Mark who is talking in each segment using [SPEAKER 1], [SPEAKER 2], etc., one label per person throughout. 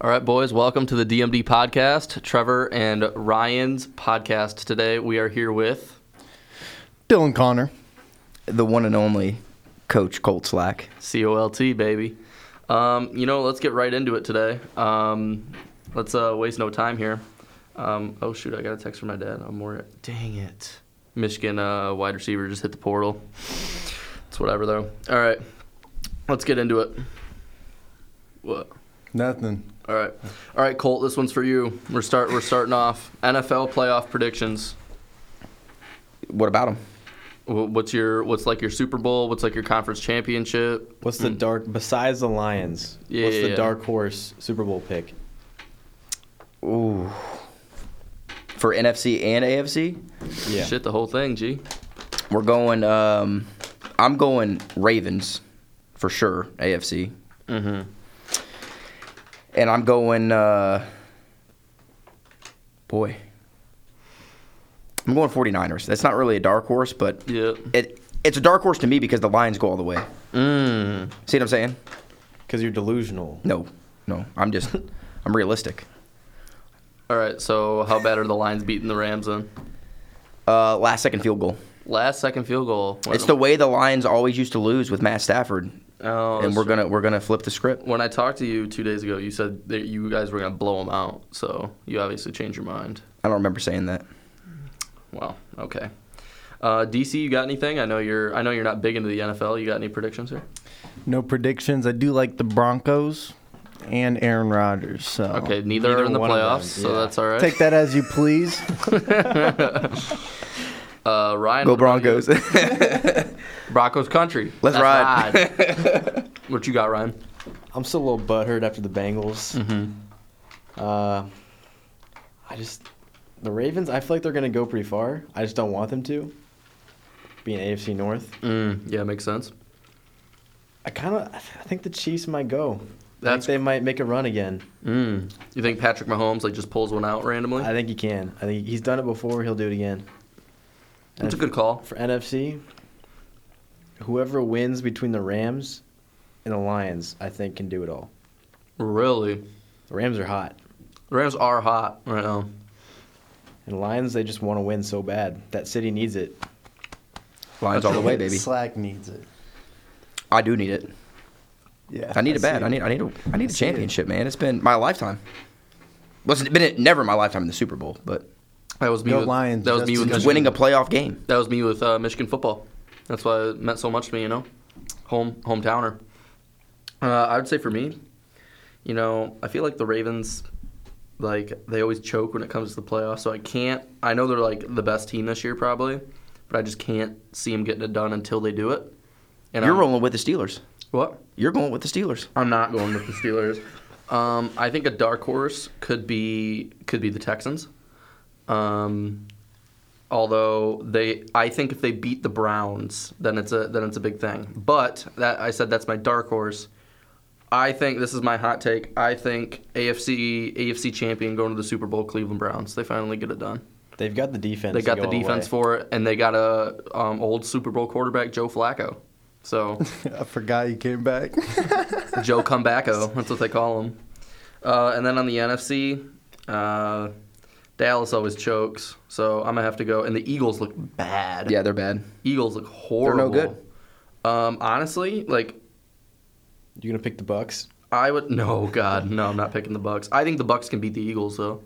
[SPEAKER 1] All right, boys, welcome to the DMD podcast. Trevor and Ryan's podcast today. We are here with.
[SPEAKER 2] Dylan Connor.
[SPEAKER 3] the one and only Coach Colt Slack.
[SPEAKER 1] COLT, baby. Um, you know, let's get right into it today. Um, let's uh, waste no time here. Um, oh, shoot, I got a text from my dad. I'm worried. Dang it. Michigan uh, wide receiver just hit the portal. It's whatever, though. All right, let's get into it. What?
[SPEAKER 2] Nothing.
[SPEAKER 1] All right, all right, Colt. This one's for you. We're start. We're starting off NFL playoff predictions.
[SPEAKER 3] What about him?
[SPEAKER 1] Wh- What's your What's like your Super Bowl? What's like your conference championship?
[SPEAKER 4] What's the dark besides the Lions?
[SPEAKER 1] Hmm. Yeah,
[SPEAKER 4] what's
[SPEAKER 1] yeah,
[SPEAKER 4] the
[SPEAKER 1] yeah.
[SPEAKER 4] dark horse Super Bowl pick?
[SPEAKER 3] Ooh. For NFC and AFC,
[SPEAKER 4] Yeah.
[SPEAKER 1] Shit, the whole thing, G.
[SPEAKER 3] we're going. Um, I'm going Ravens for sure. AFC,
[SPEAKER 1] Mm-hmm.
[SPEAKER 3] and I'm going. Uh, boy, I'm going 49ers. That's not really a dark horse, but
[SPEAKER 1] Yeah.
[SPEAKER 3] it it's a dark horse to me because the Lions go all the way.
[SPEAKER 1] Mm.
[SPEAKER 3] See what I'm saying?
[SPEAKER 4] Because you're delusional.
[SPEAKER 3] No, no. I'm just I'm realistic.
[SPEAKER 1] All right. So, how bad are the Lions beating the Rams then?
[SPEAKER 3] Uh, last second field goal.
[SPEAKER 1] Last second field goal.
[SPEAKER 3] It's the way the Lions always used to lose with Matt Stafford,
[SPEAKER 1] Oh,
[SPEAKER 3] and we're gonna we're gonna flip the script.
[SPEAKER 1] When I talked to you two days ago, you said that you guys were gonna blow them out. So you obviously changed your mind.
[SPEAKER 3] I don't remember saying that.
[SPEAKER 1] Wow. Okay. Uh, DC, you got anything? I know you're. I know you're not big into the NFL. You got any predictions here?
[SPEAKER 2] No predictions. I do like the Broncos and Aaron Rodgers. So
[SPEAKER 1] Okay. Neither,
[SPEAKER 4] Oh, Neither
[SPEAKER 1] are in the
[SPEAKER 4] one of them,
[SPEAKER 1] playoffs, so
[SPEAKER 4] yeah.
[SPEAKER 1] that's all right.
[SPEAKER 2] take that as you please.
[SPEAKER 1] Uh, Ryan.
[SPEAKER 3] Go
[SPEAKER 1] what about you?
[SPEAKER 3] Broncos! Let's
[SPEAKER 1] Broncos country.
[SPEAKER 3] ride.
[SPEAKER 1] ride. what you got, Ryan?
[SPEAKER 4] I'm still a little butthurt after the Bengals.
[SPEAKER 1] Mm-hmm.
[SPEAKER 4] Uh, I just the Ravens. I feel like they're gonna go pretty far. I just don't want them to. Being AFC North,
[SPEAKER 1] Mm, yeah, makes sense.
[SPEAKER 4] I kind of I think the Chiefs might go. I
[SPEAKER 1] That's-
[SPEAKER 4] think they might make a run again.
[SPEAKER 1] Mm. You think Patrick Mahomes like just pulls one out randomly?
[SPEAKER 4] I think he can. I think he's done it before. He'll do it again.
[SPEAKER 1] That's a good call.
[SPEAKER 4] For NFC, whoever wins between the Rams and the Lions, I think can do it all.
[SPEAKER 1] Really,
[SPEAKER 4] The Rams are hot,
[SPEAKER 1] the Rams are hot right now.
[SPEAKER 4] and Lions they just want to win so bad. That city needs it.
[SPEAKER 3] Lions all the way, baby.
[SPEAKER 2] Slack needs it.
[SPEAKER 3] I do need it.
[SPEAKER 2] Yeah,
[SPEAKER 3] I need it bad.
[SPEAKER 2] see
[SPEAKER 3] I need I need a I need a
[SPEAKER 2] see it.
[SPEAKER 3] championship, man. It's been my lifetime. Well, it's been it, never my lifetime in the Super Bowl, but
[SPEAKER 1] That was me.
[SPEAKER 2] Go
[SPEAKER 1] with,
[SPEAKER 2] Lions,
[SPEAKER 1] That was me
[SPEAKER 2] Justin.
[SPEAKER 1] with Michigan.
[SPEAKER 3] just winning a playoff game.
[SPEAKER 1] That was me with uh, Michigan football. That's why it meant so much to me. You know, home hometowner. Uh, I would say for me, you know, I feel like the Ravens, like they always choke when it comes to the playoffs. So I can't. I know they're like the best team this year probably, but I just can't see them getting it done until they do it. And
[SPEAKER 3] You're
[SPEAKER 1] I'm,
[SPEAKER 3] rolling with the Steelers.
[SPEAKER 1] What?
[SPEAKER 3] You're going with the Steelers.
[SPEAKER 1] I'm not going with the Steelers. Um, I think a dark horse could be could be the Texans. Um, although they, I think if they beat the Browns, then it's a then it's a big thing. But that I said that's my dark horse. I think this is my hot take. I think AFC AFC champion going to the Super Bowl, Cleveland Browns. They finally get it done.
[SPEAKER 4] They've got the defense.
[SPEAKER 1] They
[SPEAKER 4] to
[SPEAKER 1] got
[SPEAKER 4] go
[SPEAKER 1] the
[SPEAKER 4] all
[SPEAKER 1] defense
[SPEAKER 4] way.
[SPEAKER 1] for it, and they got a um, old Super Bowl quarterback, Joe Flacco. So
[SPEAKER 2] I forgot you came back.
[SPEAKER 1] Joe Comebacko. That's what they call him. Uh, and then on the NFC, uh, Dallas always chokes. So I'm going to have to go. And the Eagles look bad.
[SPEAKER 3] Yeah, they're bad.
[SPEAKER 1] Eagles look horrible. good. Um, honestly, like,
[SPEAKER 4] You gonna pick the Bucks?
[SPEAKER 1] I would. No, God. No, I'm not picking the Bucks. I think the Bucks can beat the Eagles, though.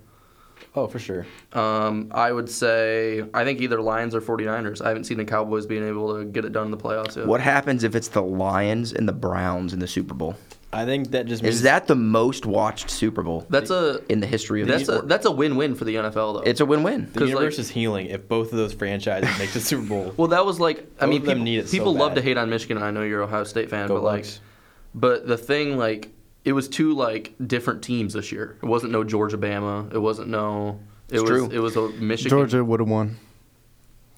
[SPEAKER 4] Oh, for sure.
[SPEAKER 1] Um, I would say. I think either Lions or 49ers. I haven't seen the Cowboys being able to get it done in the playoffs yet.
[SPEAKER 3] What happens if it's the Lions and the Browns in the Super Bowl?
[SPEAKER 4] I think that just means
[SPEAKER 3] Is that the most watched Super Bowl
[SPEAKER 1] That's a.
[SPEAKER 3] in the history of the
[SPEAKER 1] That's a
[SPEAKER 3] sport?
[SPEAKER 1] that's a win-win for the NFL though.
[SPEAKER 3] It's a win-win.
[SPEAKER 4] the
[SPEAKER 1] 'cause,
[SPEAKER 4] universe
[SPEAKER 1] like-
[SPEAKER 4] is healing if both of those franchises make the Super Bowl.
[SPEAKER 1] Well, that was like I
[SPEAKER 4] Both
[SPEAKER 1] mean,
[SPEAKER 4] of them
[SPEAKER 1] people,
[SPEAKER 4] need it so
[SPEAKER 1] people love
[SPEAKER 4] bad.
[SPEAKER 1] to hate on Michigan. and I know you're an Ohio State fan,
[SPEAKER 4] Go
[SPEAKER 1] but like,
[SPEAKER 4] Bucks.
[SPEAKER 1] but the thing like it was two like different teams this year. It wasn't no Georgia Bama. It wasn't no. It
[SPEAKER 3] It's
[SPEAKER 1] was
[SPEAKER 3] true.
[SPEAKER 1] it was a Michigan.
[SPEAKER 2] Georgia would have won.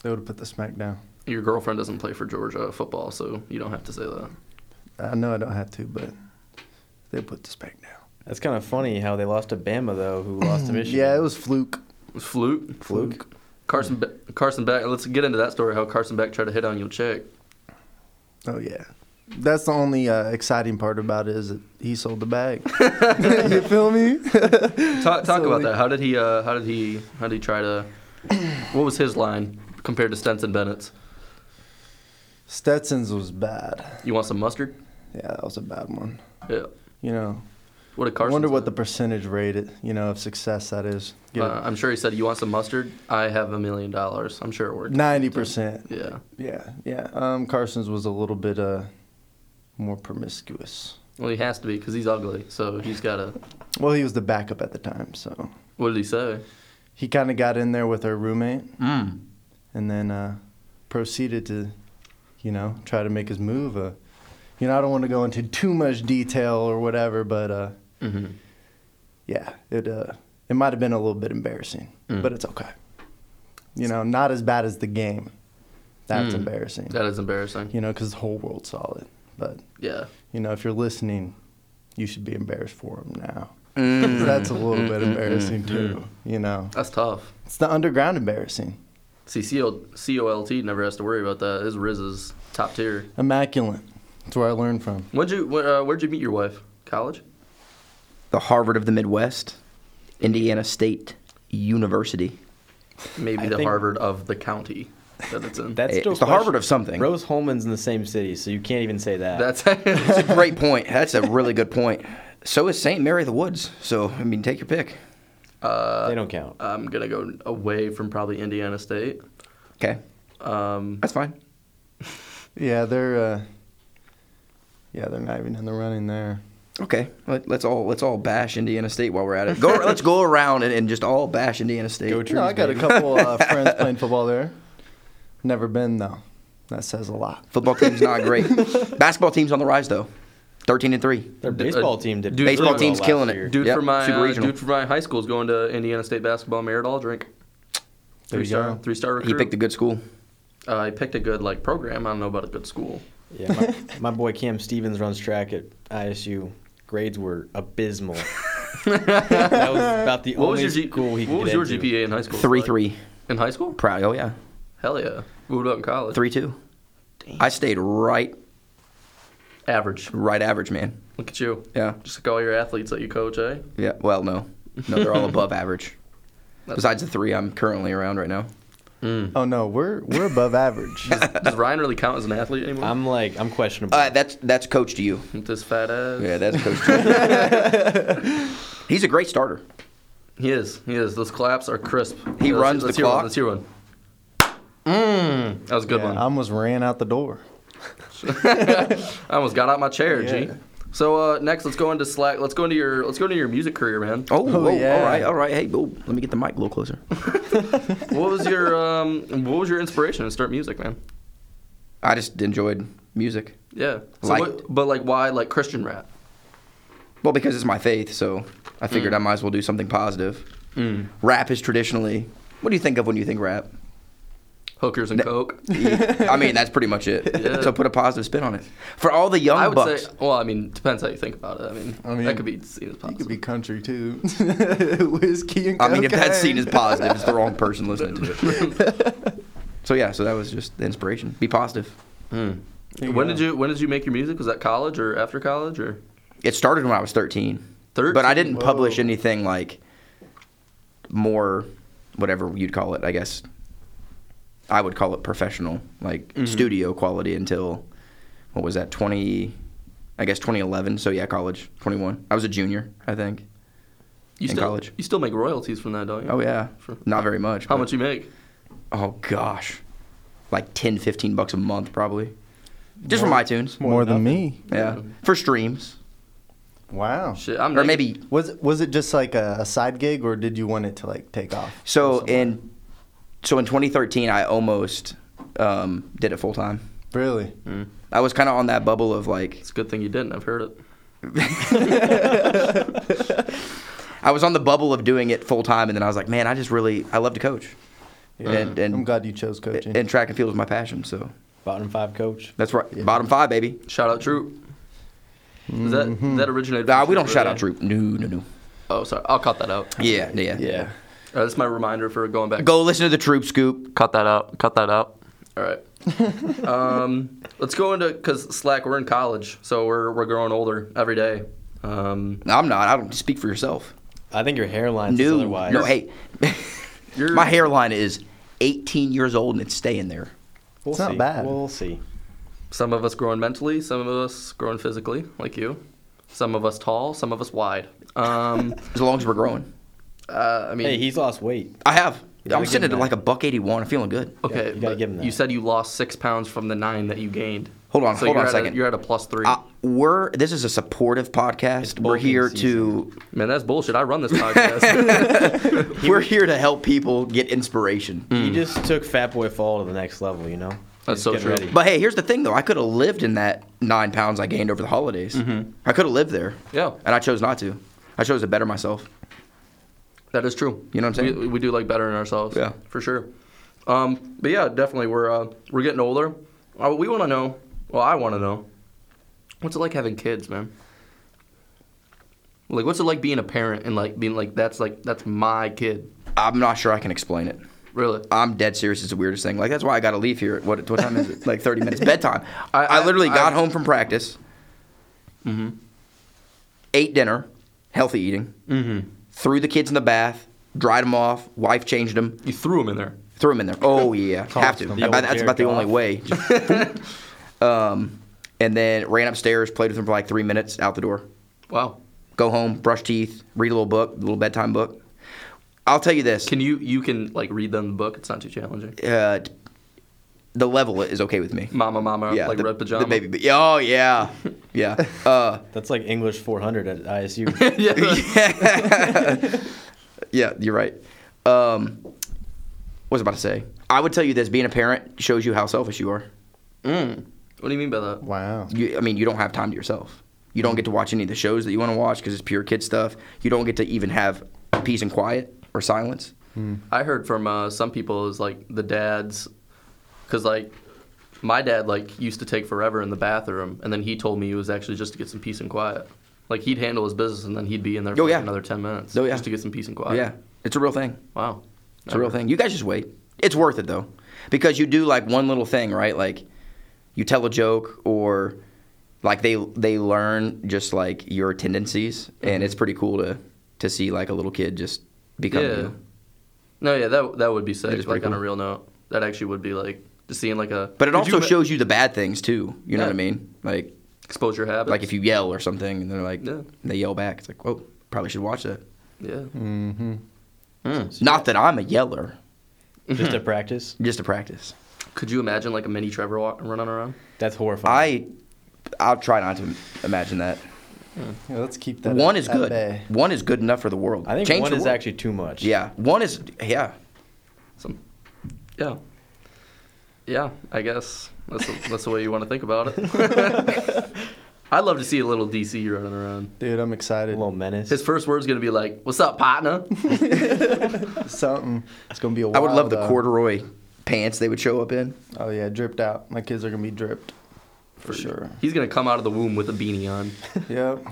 [SPEAKER 2] They would have put the smack down.
[SPEAKER 1] Your girlfriend doesn't play for Georgia football, so you don't have to say that.
[SPEAKER 2] I know I don't have to, but they put the smack down.
[SPEAKER 4] That's kind of funny how they lost to Bama though, who lost to Michigan.
[SPEAKER 2] Yeah, it was fluke.
[SPEAKER 1] It was fluke.
[SPEAKER 4] fluke.
[SPEAKER 1] Carson Be- Carson Beck. Let's get into that story. How Carson Beck tried to hit on your chick.
[SPEAKER 2] Oh yeah, That's the only uh, exciting part about it is that he sold the bag. you feel me?
[SPEAKER 1] Talk, talk
[SPEAKER 2] So
[SPEAKER 1] about
[SPEAKER 2] we-
[SPEAKER 1] that. How did he? Uh, how did he? How did he try to? What was his line compared to Stenson Bennett's?
[SPEAKER 2] Stetson's was bad.
[SPEAKER 1] You want some mustard?
[SPEAKER 2] Yeah, that was a bad one.
[SPEAKER 1] Yeah.
[SPEAKER 2] You know,
[SPEAKER 1] What did
[SPEAKER 2] I
[SPEAKER 1] Carson?
[SPEAKER 2] wonder
[SPEAKER 1] say?
[SPEAKER 2] what the percentage rate, it, you know, of success that is.
[SPEAKER 1] Uh, I'm sure he said, "You want some mustard? I have a million dollars. I'm sure it worked."
[SPEAKER 2] Ninety percent.
[SPEAKER 1] Yeah.
[SPEAKER 2] Yeah, yeah. Um, Carson's was a little bit uh, more promiscuous.
[SPEAKER 1] Well, he has to be because he's ugly. So he's got to.
[SPEAKER 2] Well, he was the backup at the time, so
[SPEAKER 1] What did he say?
[SPEAKER 2] he kind of got in there with her roommate,
[SPEAKER 1] Mm.
[SPEAKER 2] and then uh, proceeded to, you know, try to make his move. Uh, you know, I don't want to go into too much detail or whatever, but uh,
[SPEAKER 3] Mm-hmm.
[SPEAKER 1] hmm
[SPEAKER 2] yeah, it uh, it might have been a little bit embarrassing,
[SPEAKER 1] Mm.
[SPEAKER 2] but it's okay. You know, not as bad as the game. That's
[SPEAKER 1] Mm.
[SPEAKER 2] embarrassing.
[SPEAKER 1] That is embarrassing.
[SPEAKER 2] you know, because the whole world saw it. But
[SPEAKER 1] Yeah.
[SPEAKER 2] you know, if you're listening, you should be embarrassed for him now.
[SPEAKER 3] Mm.
[SPEAKER 2] That's a little bit embarrassing too. You know,
[SPEAKER 1] That's tough.
[SPEAKER 2] it's the underground embarrassing.
[SPEAKER 1] See, CO COLT never has to worry about that. His Riz is top tier.
[SPEAKER 2] Immaculate. That's where I learned from.
[SPEAKER 1] When'd you? Where, uh, where'd you meet your wife? College.
[SPEAKER 3] the Harvard of the Midwest, Indiana State University.
[SPEAKER 1] Maybe
[SPEAKER 4] I
[SPEAKER 1] the
[SPEAKER 4] think-
[SPEAKER 1] Harvard of the county that it's in.
[SPEAKER 4] That's
[SPEAKER 3] It's
[SPEAKER 4] still
[SPEAKER 3] the Harvard of something.
[SPEAKER 4] Rose Holman's in the same city, so you can't even say that.
[SPEAKER 1] That's
[SPEAKER 3] That's a great point. That's a really good point. So is St. Mary of the Woods. So, I mean, take your pick.
[SPEAKER 4] they don't count.
[SPEAKER 1] I'm gonna go away from probably Indiana State.
[SPEAKER 3] Okay.
[SPEAKER 1] Um,
[SPEAKER 3] That's fine.
[SPEAKER 2] Yeah, they're. Uh, yeah, they're not even in the running there.
[SPEAKER 3] Okay. Let, let's all let's all bash Indiana State while we're at it. Go, let's go around and, and just all bash Indiana State.
[SPEAKER 4] Go True,
[SPEAKER 2] no, I got
[SPEAKER 4] baby.
[SPEAKER 2] a couple uh, friends playing football there. Never been though. That says a lot.
[SPEAKER 3] Football team's not great. Basketball team's on the rise though. Thirteen and three.
[SPEAKER 4] Their
[SPEAKER 1] d-
[SPEAKER 4] baseball
[SPEAKER 1] uh,
[SPEAKER 4] team did.
[SPEAKER 1] dude,
[SPEAKER 4] pretty
[SPEAKER 1] baseball
[SPEAKER 4] well
[SPEAKER 3] team's
[SPEAKER 4] last
[SPEAKER 3] killing it.
[SPEAKER 4] year.
[SPEAKER 1] dude
[SPEAKER 3] Yep,
[SPEAKER 1] from my
[SPEAKER 3] super
[SPEAKER 1] uh,
[SPEAKER 3] regional.
[SPEAKER 1] dude from my high school is going to Indiana State basketball. Merritt Aldrich.
[SPEAKER 2] There
[SPEAKER 1] Three
[SPEAKER 2] you
[SPEAKER 1] star,
[SPEAKER 2] go.
[SPEAKER 1] three star recruit.
[SPEAKER 3] He picked a good school.
[SPEAKER 1] Uh, he picked a good like program. I don't know about a good school.
[SPEAKER 4] Yeah, my, my boy Cam Stevens runs track at ISU. Grades were abysmal. that was about the
[SPEAKER 1] What was
[SPEAKER 4] only
[SPEAKER 1] your G-
[SPEAKER 4] school he could
[SPEAKER 1] What was your
[SPEAKER 4] get into.
[SPEAKER 1] GPA in high school?
[SPEAKER 3] Three
[SPEAKER 1] Like,
[SPEAKER 3] three.
[SPEAKER 1] in high school.
[SPEAKER 3] Proud. Oh yeah.
[SPEAKER 1] Hell yeah. Moved up in college.
[SPEAKER 3] Three two. I stayed right
[SPEAKER 1] average.
[SPEAKER 3] right average man.
[SPEAKER 1] Look at you.
[SPEAKER 3] Yeah.
[SPEAKER 1] Just like all your athletes that you coach, eh?
[SPEAKER 3] Yeah. Well no. No, they're all above average. Besides the three I'm currently around right now.
[SPEAKER 2] Oh no, we're we're above average.
[SPEAKER 1] Does Ryan really count as an athlete anymore?
[SPEAKER 4] I'm like, I'm questionable.
[SPEAKER 3] Uh, that's that's coach to you.
[SPEAKER 1] With this fat ass.
[SPEAKER 3] Yeah, that's coach to you. He's a great starter.
[SPEAKER 1] He is. He is. Those claps are crisp.
[SPEAKER 3] He
[SPEAKER 1] Let's-
[SPEAKER 3] runs
[SPEAKER 1] let's
[SPEAKER 3] the
[SPEAKER 1] hear
[SPEAKER 3] clock.
[SPEAKER 1] One. Let's hear one. Mm, that was a good
[SPEAKER 2] Yeah,
[SPEAKER 1] one.
[SPEAKER 2] I almost ran out the door.
[SPEAKER 1] I almost got out my chair, G.
[SPEAKER 2] Yeah.
[SPEAKER 1] So uh, next, let's go into Slack. Let's go into your. Let's go into your music career, man.
[SPEAKER 3] Oh,
[SPEAKER 2] Oh,
[SPEAKER 3] oh,
[SPEAKER 2] yeah.
[SPEAKER 3] all right, all right. Hey, oh, let me get the mic a little closer.
[SPEAKER 1] What was your um, What was your inspiration to start music, man?
[SPEAKER 3] I just enjoyed music.
[SPEAKER 1] Yeah. So
[SPEAKER 3] Liked.
[SPEAKER 1] what, but like, why like Christian rap?
[SPEAKER 3] Well, because it's my faith, so I figured I might as well do something positive. Rap is traditionally. What do you think of when you think rap? E,
[SPEAKER 1] Hookers and coke.
[SPEAKER 3] I mean, that's pretty much it.
[SPEAKER 1] Yeah.
[SPEAKER 3] So put a positive spin on it. For all the young
[SPEAKER 1] I would
[SPEAKER 3] bucks,
[SPEAKER 1] say. Well, I mean, depends how you think about it. I mean,
[SPEAKER 2] I mean,
[SPEAKER 1] that could be seen as
[SPEAKER 2] You
[SPEAKER 1] possible.
[SPEAKER 2] could be country too. Whiskey and
[SPEAKER 3] I mean, if that scene is
[SPEAKER 2] cocaine.
[SPEAKER 3] positive, it's the wrong person listening to it. So yeah, so that was just the inspiration. Be positive.
[SPEAKER 2] There you
[SPEAKER 1] When
[SPEAKER 2] go.
[SPEAKER 1] did you When did you make your music? Was that college or after college or?
[SPEAKER 3] It started when I was 13.
[SPEAKER 1] 13?
[SPEAKER 3] But I didn't
[SPEAKER 1] Whoa.
[SPEAKER 3] publish anything like more, whatever you'd call it, I guess. I would call it professional, like
[SPEAKER 1] Mm-hmm.
[SPEAKER 3] studio quality until, what was that, 20, I guess 2011. So yeah, college, 21. I was a junior, I think.
[SPEAKER 1] You
[SPEAKER 3] In
[SPEAKER 1] still,
[SPEAKER 3] college.
[SPEAKER 1] You still make royalties from that, don't you?
[SPEAKER 3] Oh yeah.
[SPEAKER 1] For-
[SPEAKER 3] Not very much.
[SPEAKER 1] How
[SPEAKER 3] but-
[SPEAKER 1] much you make?
[SPEAKER 3] Oh gosh. Like 10, 15 bucks a month probably. Just from
[SPEAKER 2] More-
[SPEAKER 3] iTunes.
[SPEAKER 2] more, than me?
[SPEAKER 3] Yeah. For streams.
[SPEAKER 2] Wow.
[SPEAKER 1] Shit, I'm
[SPEAKER 3] Or
[SPEAKER 1] naked.
[SPEAKER 3] maybe
[SPEAKER 2] Was was it just like a, a side gig, or did you want it to like take off?
[SPEAKER 3] So
[SPEAKER 2] Or something?
[SPEAKER 3] in so in 2013, I almost um, did it full time.
[SPEAKER 2] really,
[SPEAKER 3] I was kind of on that bubble of like
[SPEAKER 1] It's a good thing you didn't. I've heard it.
[SPEAKER 3] I was on the bubble of doing it full time, and then I was like, man, I just really I love to coach, and, and
[SPEAKER 2] I'm glad you chose coaching.
[SPEAKER 3] and track and field was my passion. So
[SPEAKER 4] Bottom five coach.
[SPEAKER 3] that's right, bottom five, baby.
[SPEAKER 1] Shout out Troop. Is that that originated?
[SPEAKER 3] Mm-hmm. Nah,
[SPEAKER 1] from
[SPEAKER 3] we don't
[SPEAKER 1] Troop,
[SPEAKER 3] shout
[SPEAKER 1] right?
[SPEAKER 3] out troop. No, no, no.
[SPEAKER 1] Oh, sorry. I'll cut that out.
[SPEAKER 3] Yeah, yeah,
[SPEAKER 4] Yeah.
[SPEAKER 1] Uh, that's my reminder for going back.
[SPEAKER 3] Go listen to the troop scoop.
[SPEAKER 1] Cut that out. Cut that out. All right. um, let's go into because Slack. We're in college, so we're we're growing older every day. Um,
[SPEAKER 3] No, I'm not. I don't speak for yourself.
[SPEAKER 4] I think your hairline is
[SPEAKER 3] New.
[SPEAKER 4] otherwise.
[SPEAKER 3] No, hey.
[SPEAKER 1] You're-
[SPEAKER 3] My hairline is 18 years old and it's staying there.
[SPEAKER 4] we'll
[SPEAKER 2] It's not
[SPEAKER 4] see.
[SPEAKER 2] bad.
[SPEAKER 4] We'll see.
[SPEAKER 1] some of us growing mentally, some of us growing physically, like you. Some of us tall, some of us wide. Um,
[SPEAKER 3] As long as we're growing.
[SPEAKER 1] uh, I mean,
[SPEAKER 4] Hey, he's lost weight.
[SPEAKER 3] I have.
[SPEAKER 4] gotta
[SPEAKER 3] I'm
[SPEAKER 4] give
[SPEAKER 3] sitting
[SPEAKER 4] him
[SPEAKER 3] at
[SPEAKER 4] that.
[SPEAKER 3] like a buck 81. I'm feeling good.
[SPEAKER 1] okay,
[SPEAKER 4] you gotta
[SPEAKER 1] but
[SPEAKER 4] give him that.
[SPEAKER 1] you said you lost six pounds from the nine that you gained.
[SPEAKER 3] Hold on,
[SPEAKER 1] so
[SPEAKER 3] hold
[SPEAKER 1] you're
[SPEAKER 3] on a
[SPEAKER 1] at
[SPEAKER 3] second.
[SPEAKER 1] you're at a plus three.
[SPEAKER 3] Uh, we're this is a supportive podcast.
[SPEAKER 4] It's
[SPEAKER 3] We're
[SPEAKER 4] bulking
[SPEAKER 3] here
[SPEAKER 4] season.
[SPEAKER 3] to
[SPEAKER 1] Man, that's bullshit. I run this podcast.
[SPEAKER 3] we're here to help people get inspiration.
[SPEAKER 4] He just took Fat Boy Fall to the next level, you know?
[SPEAKER 1] That's
[SPEAKER 4] He's
[SPEAKER 1] so
[SPEAKER 4] getting
[SPEAKER 1] true.
[SPEAKER 4] ready.
[SPEAKER 3] But hey, here's the thing though. I could have lived in that nine pounds I gained over the holidays. I could have lived there.
[SPEAKER 1] Yeah.
[SPEAKER 3] And I chose not to. I chose to better myself.
[SPEAKER 1] that is true.
[SPEAKER 3] You know what I'm saying?
[SPEAKER 1] We, we do like better in ourselves.
[SPEAKER 3] Yeah.
[SPEAKER 1] for sure. Um, but yeah, definitely we're uh, we're getting older. Uh, we want to know. Well, I want to know. What's it like having kids, man? Like, what's it like being a parent and like being like that's like that's my kid,
[SPEAKER 3] I'm not sure I can explain it.
[SPEAKER 1] really?
[SPEAKER 3] I'm dead serious. It's the weirdest thing. Like that's why I got to leave here. At what, what time is it? Like 30 minutes bedtime.
[SPEAKER 1] I-
[SPEAKER 3] I,
[SPEAKER 1] I-
[SPEAKER 3] literally got
[SPEAKER 1] I-
[SPEAKER 3] home from practice,
[SPEAKER 1] Mhm.
[SPEAKER 3] ate dinner, healthy eating,
[SPEAKER 1] Mm-hmm.
[SPEAKER 3] threw the kids in the bath, dried them off. Wife changed them,
[SPEAKER 1] You threw him in there.
[SPEAKER 3] threw them in there. Oh yeah, have to.
[SPEAKER 2] them.
[SPEAKER 3] About-
[SPEAKER 4] old
[SPEAKER 3] that's about the
[SPEAKER 4] jerk
[SPEAKER 3] only
[SPEAKER 4] off.
[SPEAKER 3] way. Just- um, and then ran upstairs, played with them for like three minutes, out the door.
[SPEAKER 1] Wow.
[SPEAKER 3] Go home, brush teeth, read a little book, little bedtime book. I'll tell you this.
[SPEAKER 1] Can you you can like read them the book? It's not too challenging.
[SPEAKER 3] uh, the level is okay with me.
[SPEAKER 1] Mama, mama, like
[SPEAKER 3] the,
[SPEAKER 1] red
[SPEAKER 3] the
[SPEAKER 1] pajama.
[SPEAKER 3] baby. But, oh yeah, yeah. Uh,
[SPEAKER 4] That's like English 400 at ISU.
[SPEAKER 1] yeah.
[SPEAKER 3] yeah. you're right. Um, what was I about to say? I would tell you this: being a parent shows you how selfish you are.
[SPEAKER 1] Mm. What do you mean by that?
[SPEAKER 2] Wow.
[SPEAKER 3] You, I mean, you don't have time to yourself. You don't get to watch any of the shows that you want to watch because it's pure kid stuff. You don't get to even have peace and quiet or silence.
[SPEAKER 1] I heard from uh, some people is like the dads, because like my dad like used to take forever in the bathroom, and then he told me it was actually just to get some peace and quiet. Like he'd handle his business, and then he'd be in there for
[SPEAKER 3] Oh,
[SPEAKER 1] like,
[SPEAKER 3] yeah.
[SPEAKER 1] another ten minutes.
[SPEAKER 3] Oh, yeah.
[SPEAKER 1] just to get some peace and quiet.
[SPEAKER 3] yeah, it's a real thing.
[SPEAKER 1] wow,
[SPEAKER 3] It's a real thing. You guys just wait. It's worth it though, because you do like one little thing, right? Like you tell a joke, or like they they learn just like your tendencies,
[SPEAKER 1] Mm-hmm.
[SPEAKER 3] and it's pretty cool to to see like a little kid just become.
[SPEAKER 1] Yeah.
[SPEAKER 3] you.
[SPEAKER 1] No, yeah, that that would be
[SPEAKER 3] It
[SPEAKER 1] sick.
[SPEAKER 3] is
[SPEAKER 1] Like
[SPEAKER 3] pretty
[SPEAKER 1] on a
[SPEAKER 3] cool.
[SPEAKER 1] real note, that actually would be like just seeing like a.
[SPEAKER 3] But it
[SPEAKER 1] Could you
[SPEAKER 3] also
[SPEAKER 1] ma-
[SPEAKER 3] shows you the bad things too. You know
[SPEAKER 1] Yeah.
[SPEAKER 3] what I mean? Like
[SPEAKER 1] exposure habits.
[SPEAKER 3] like if you yell or something, and they're like
[SPEAKER 1] Yeah.
[SPEAKER 3] they yell back. It's like, whoa, probably should watch that.
[SPEAKER 1] yeah.
[SPEAKER 2] Mm-hmm.
[SPEAKER 1] Mm.
[SPEAKER 3] Not that I'm a yeller,
[SPEAKER 4] just to practice.
[SPEAKER 3] just to practice.
[SPEAKER 1] Could you imagine like a mini Trevor wa- running around?
[SPEAKER 4] That's horrifying.
[SPEAKER 3] I I'll try not to imagine that.
[SPEAKER 2] Yeah, let's keep that.
[SPEAKER 3] one
[SPEAKER 2] at-
[SPEAKER 3] is
[SPEAKER 2] at
[SPEAKER 3] good.
[SPEAKER 2] bay.
[SPEAKER 3] One is good enough for the world.
[SPEAKER 4] I think
[SPEAKER 3] Change
[SPEAKER 4] one
[SPEAKER 3] the
[SPEAKER 4] is
[SPEAKER 3] world.
[SPEAKER 4] actually too much.
[SPEAKER 3] Yeah, one is yeah.
[SPEAKER 1] Some, yeah, yeah. I guess that's the, that's the way you want to think about it. I'd love to see a little DC running around.
[SPEAKER 2] Dude, I'm
[SPEAKER 4] A
[SPEAKER 2] excited.
[SPEAKER 4] little menace.
[SPEAKER 1] His first word's gonna be like, "What's up, partner?"
[SPEAKER 2] Something. It's gonna be a.
[SPEAKER 3] I would love
[SPEAKER 2] wild,
[SPEAKER 3] the
[SPEAKER 2] uh,
[SPEAKER 3] corduroy pants they would show up in.
[SPEAKER 2] Oh yeah, dripped out. My kids are gonna be dripped. For sure.
[SPEAKER 1] He's gonna come out of the womb with a beanie on.
[SPEAKER 2] Yep.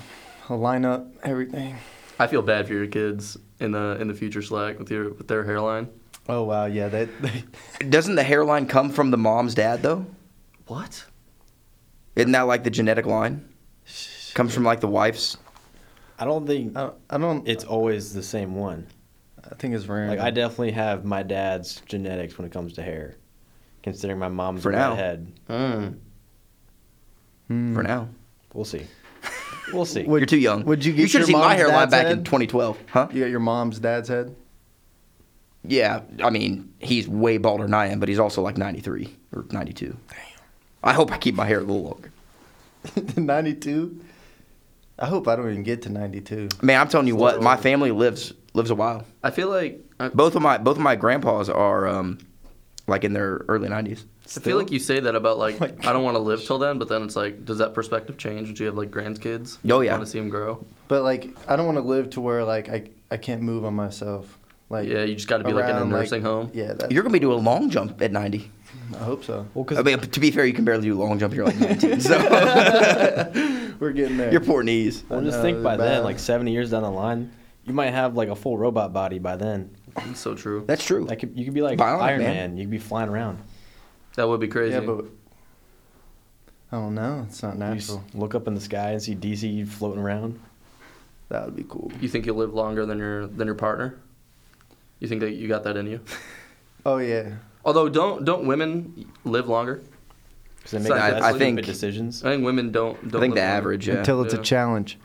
[SPEAKER 2] I'll line up everything.
[SPEAKER 1] I feel bad for your kids in the in the future Slack with your with their hairline.
[SPEAKER 2] Oh wow, yeah, that they,
[SPEAKER 3] Doesn't the hairline come from the mom's dad though?
[SPEAKER 1] What?
[SPEAKER 3] Isn't that like the genetic line? Comes from like the wife's.
[SPEAKER 4] I don't think
[SPEAKER 2] I, I don't.
[SPEAKER 4] it's always the same one.
[SPEAKER 2] I think it's random.
[SPEAKER 4] Like I definitely have my dad's genetics when it comes to hair, considering my mom's
[SPEAKER 3] For
[SPEAKER 4] a
[SPEAKER 3] now.
[SPEAKER 4] redhead.
[SPEAKER 1] Mm.
[SPEAKER 2] Hmm.
[SPEAKER 3] For now,
[SPEAKER 4] We'll see. We'll see.
[SPEAKER 2] Would-
[SPEAKER 3] you're too young.
[SPEAKER 2] would you
[SPEAKER 3] You
[SPEAKER 2] get
[SPEAKER 3] should have
[SPEAKER 2] your
[SPEAKER 3] seen my
[SPEAKER 2] mom's
[SPEAKER 3] hairline
[SPEAKER 2] dad's
[SPEAKER 3] back in
[SPEAKER 2] head?
[SPEAKER 3] 2012, huh?
[SPEAKER 2] You got your mom's dad's head.
[SPEAKER 3] Yeah, I mean he's way balder than I am, but he's also like 93 or 92. Damn. I hope I keep my hair a little longer.
[SPEAKER 2] Ninety-two. I hope I don't even get to ninety-two.
[SPEAKER 3] Man, I'm telling you what,
[SPEAKER 1] Slow.
[SPEAKER 3] my family lives lives a while.
[SPEAKER 1] I feel like I,
[SPEAKER 3] Both of my both of my grandpas are um, like in their early 90s.
[SPEAKER 1] I feel like you say that about like
[SPEAKER 2] my
[SPEAKER 1] I don't want to live till then, but then it's like, does that perspective change once you have like grandkids?
[SPEAKER 3] Oh, yeah.
[SPEAKER 1] want to see them grow.
[SPEAKER 2] But like, I don't want to live to where like I I can't move on myself. Like
[SPEAKER 1] Yeah, you just got to be like in a
[SPEAKER 2] around,
[SPEAKER 1] nursing home.
[SPEAKER 2] Yeah, that,
[SPEAKER 3] You're gonna be doing a long jump at 90.
[SPEAKER 2] I hope so.
[SPEAKER 4] Well,
[SPEAKER 3] I
[SPEAKER 4] because
[SPEAKER 3] mean, to be fair, you can barely do long jump. You're like 19, so
[SPEAKER 2] We're getting there.
[SPEAKER 3] your poor knees.
[SPEAKER 4] well, just
[SPEAKER 2] No,
[SPEAKER 4] think by then,
[SPEAKER 2] bad.
[SPEAKER 4] like seventy years down the line, you might have like a full robot body by then.
[SPEAKER 1] It's so true.
[SPEAKER 3] That's true.
[SPEAKER 4] Like you could be like
[SPEAKER 3] Bionic
[SPEAKER 4] Iron
[SPEAKER 3] Man.
[SPEAKER 4] Man. You could be flying around.
[SPEAKER 1] That would be crazy.
[SPEAKER 2] Yeah, but I don't know. It's not
[SPEAKER 4] You s-
[SPEAKER 2] natural.
[SPEAKER 4] look up in the sky and see DC floating around.
[SPEAKER 2] That would be cool.
[SPEAKER 1] you think you'll live longer than your than your partner? You think that you got that in you?
[SPEAKER 2] Oh yeah.
[SPEAKER 1] Although don't don't women live longer?
[SPEAKER 4] Because they make
[SPEAKER 1] So I-
[SPEAKER 4] less
[SPEAKER 1] I
[SPEAKER 4] stupid
[SPEAKER 3] think-
[SPEAKER 1] I
[SPEAKER 4] decisions.
[SPEAKER 1] think uh, women don't. don't
[SPEAKER 3] I think
[SPEAKER 1] live
[SPEAKER 3] the
[SPEAKER 1] longer.
[SPEAKER 3] average. Yeah.
[SPEAKER 2] Until it's
[SPEAKER 1] Yeah.
[SPEAKER 2] a challenge.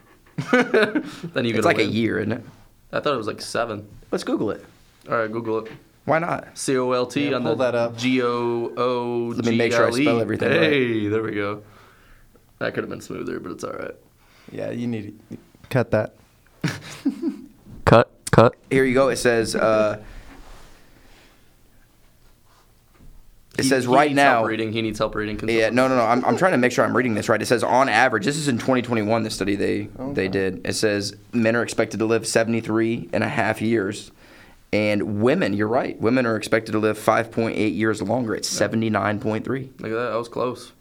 [SPEAKER 1] Then you.
[SPEAKER 3] it's
[SPEAKER 1] gotta
[SPEAKER 3] like a
[SPEAKER 1] win.
[SPEAKER 3] year, isn't it?
[SPEAKER 1] I thought it was like seven.
[SPEAKER 3] Let's Google it.
[SPEAKER 1] All right, Google it.
[SPEAKER 3] Why not?
[SPEAKER 1] C O L T
[SPEAKER 2] Yeah,
[SPEAKER 1] on
[SPEAKER 2] pull
[SPEAKER 1] the
[SPEAKER 2] that up.
[SPEAKER 1] G O O G L E.
[SPEAKER 3] Let me make sure I spell everything right.
[SPEAKER 1] Hey, there we go. That could have been smoother, but it's all right.
[SPEAKER 2] Yeah, you need to cut that.
[SPEAKER 1] Cut, cut.
[SPEAKER 3] Here you go. It says. Uh, it says right
[SPEAKER 1] needs
[SPEAKER 3] now.
[SPEAKER 1] Help reading. He needs help reading. Consult.
[SPEAKER 3] Yeah, no, no, no. I'm, I'm trying to make sure I'm reading this right. It says on average, this is in 2021, the study they,
[SPEAKER 2] Okay.
[SPEAKER 3] they did. It says men are expected to live 73 and a half years. And women, you're right, women are expected to live 5.8 years longer. It's 79.3.
[SPEAKER 1] Look at that. I was close.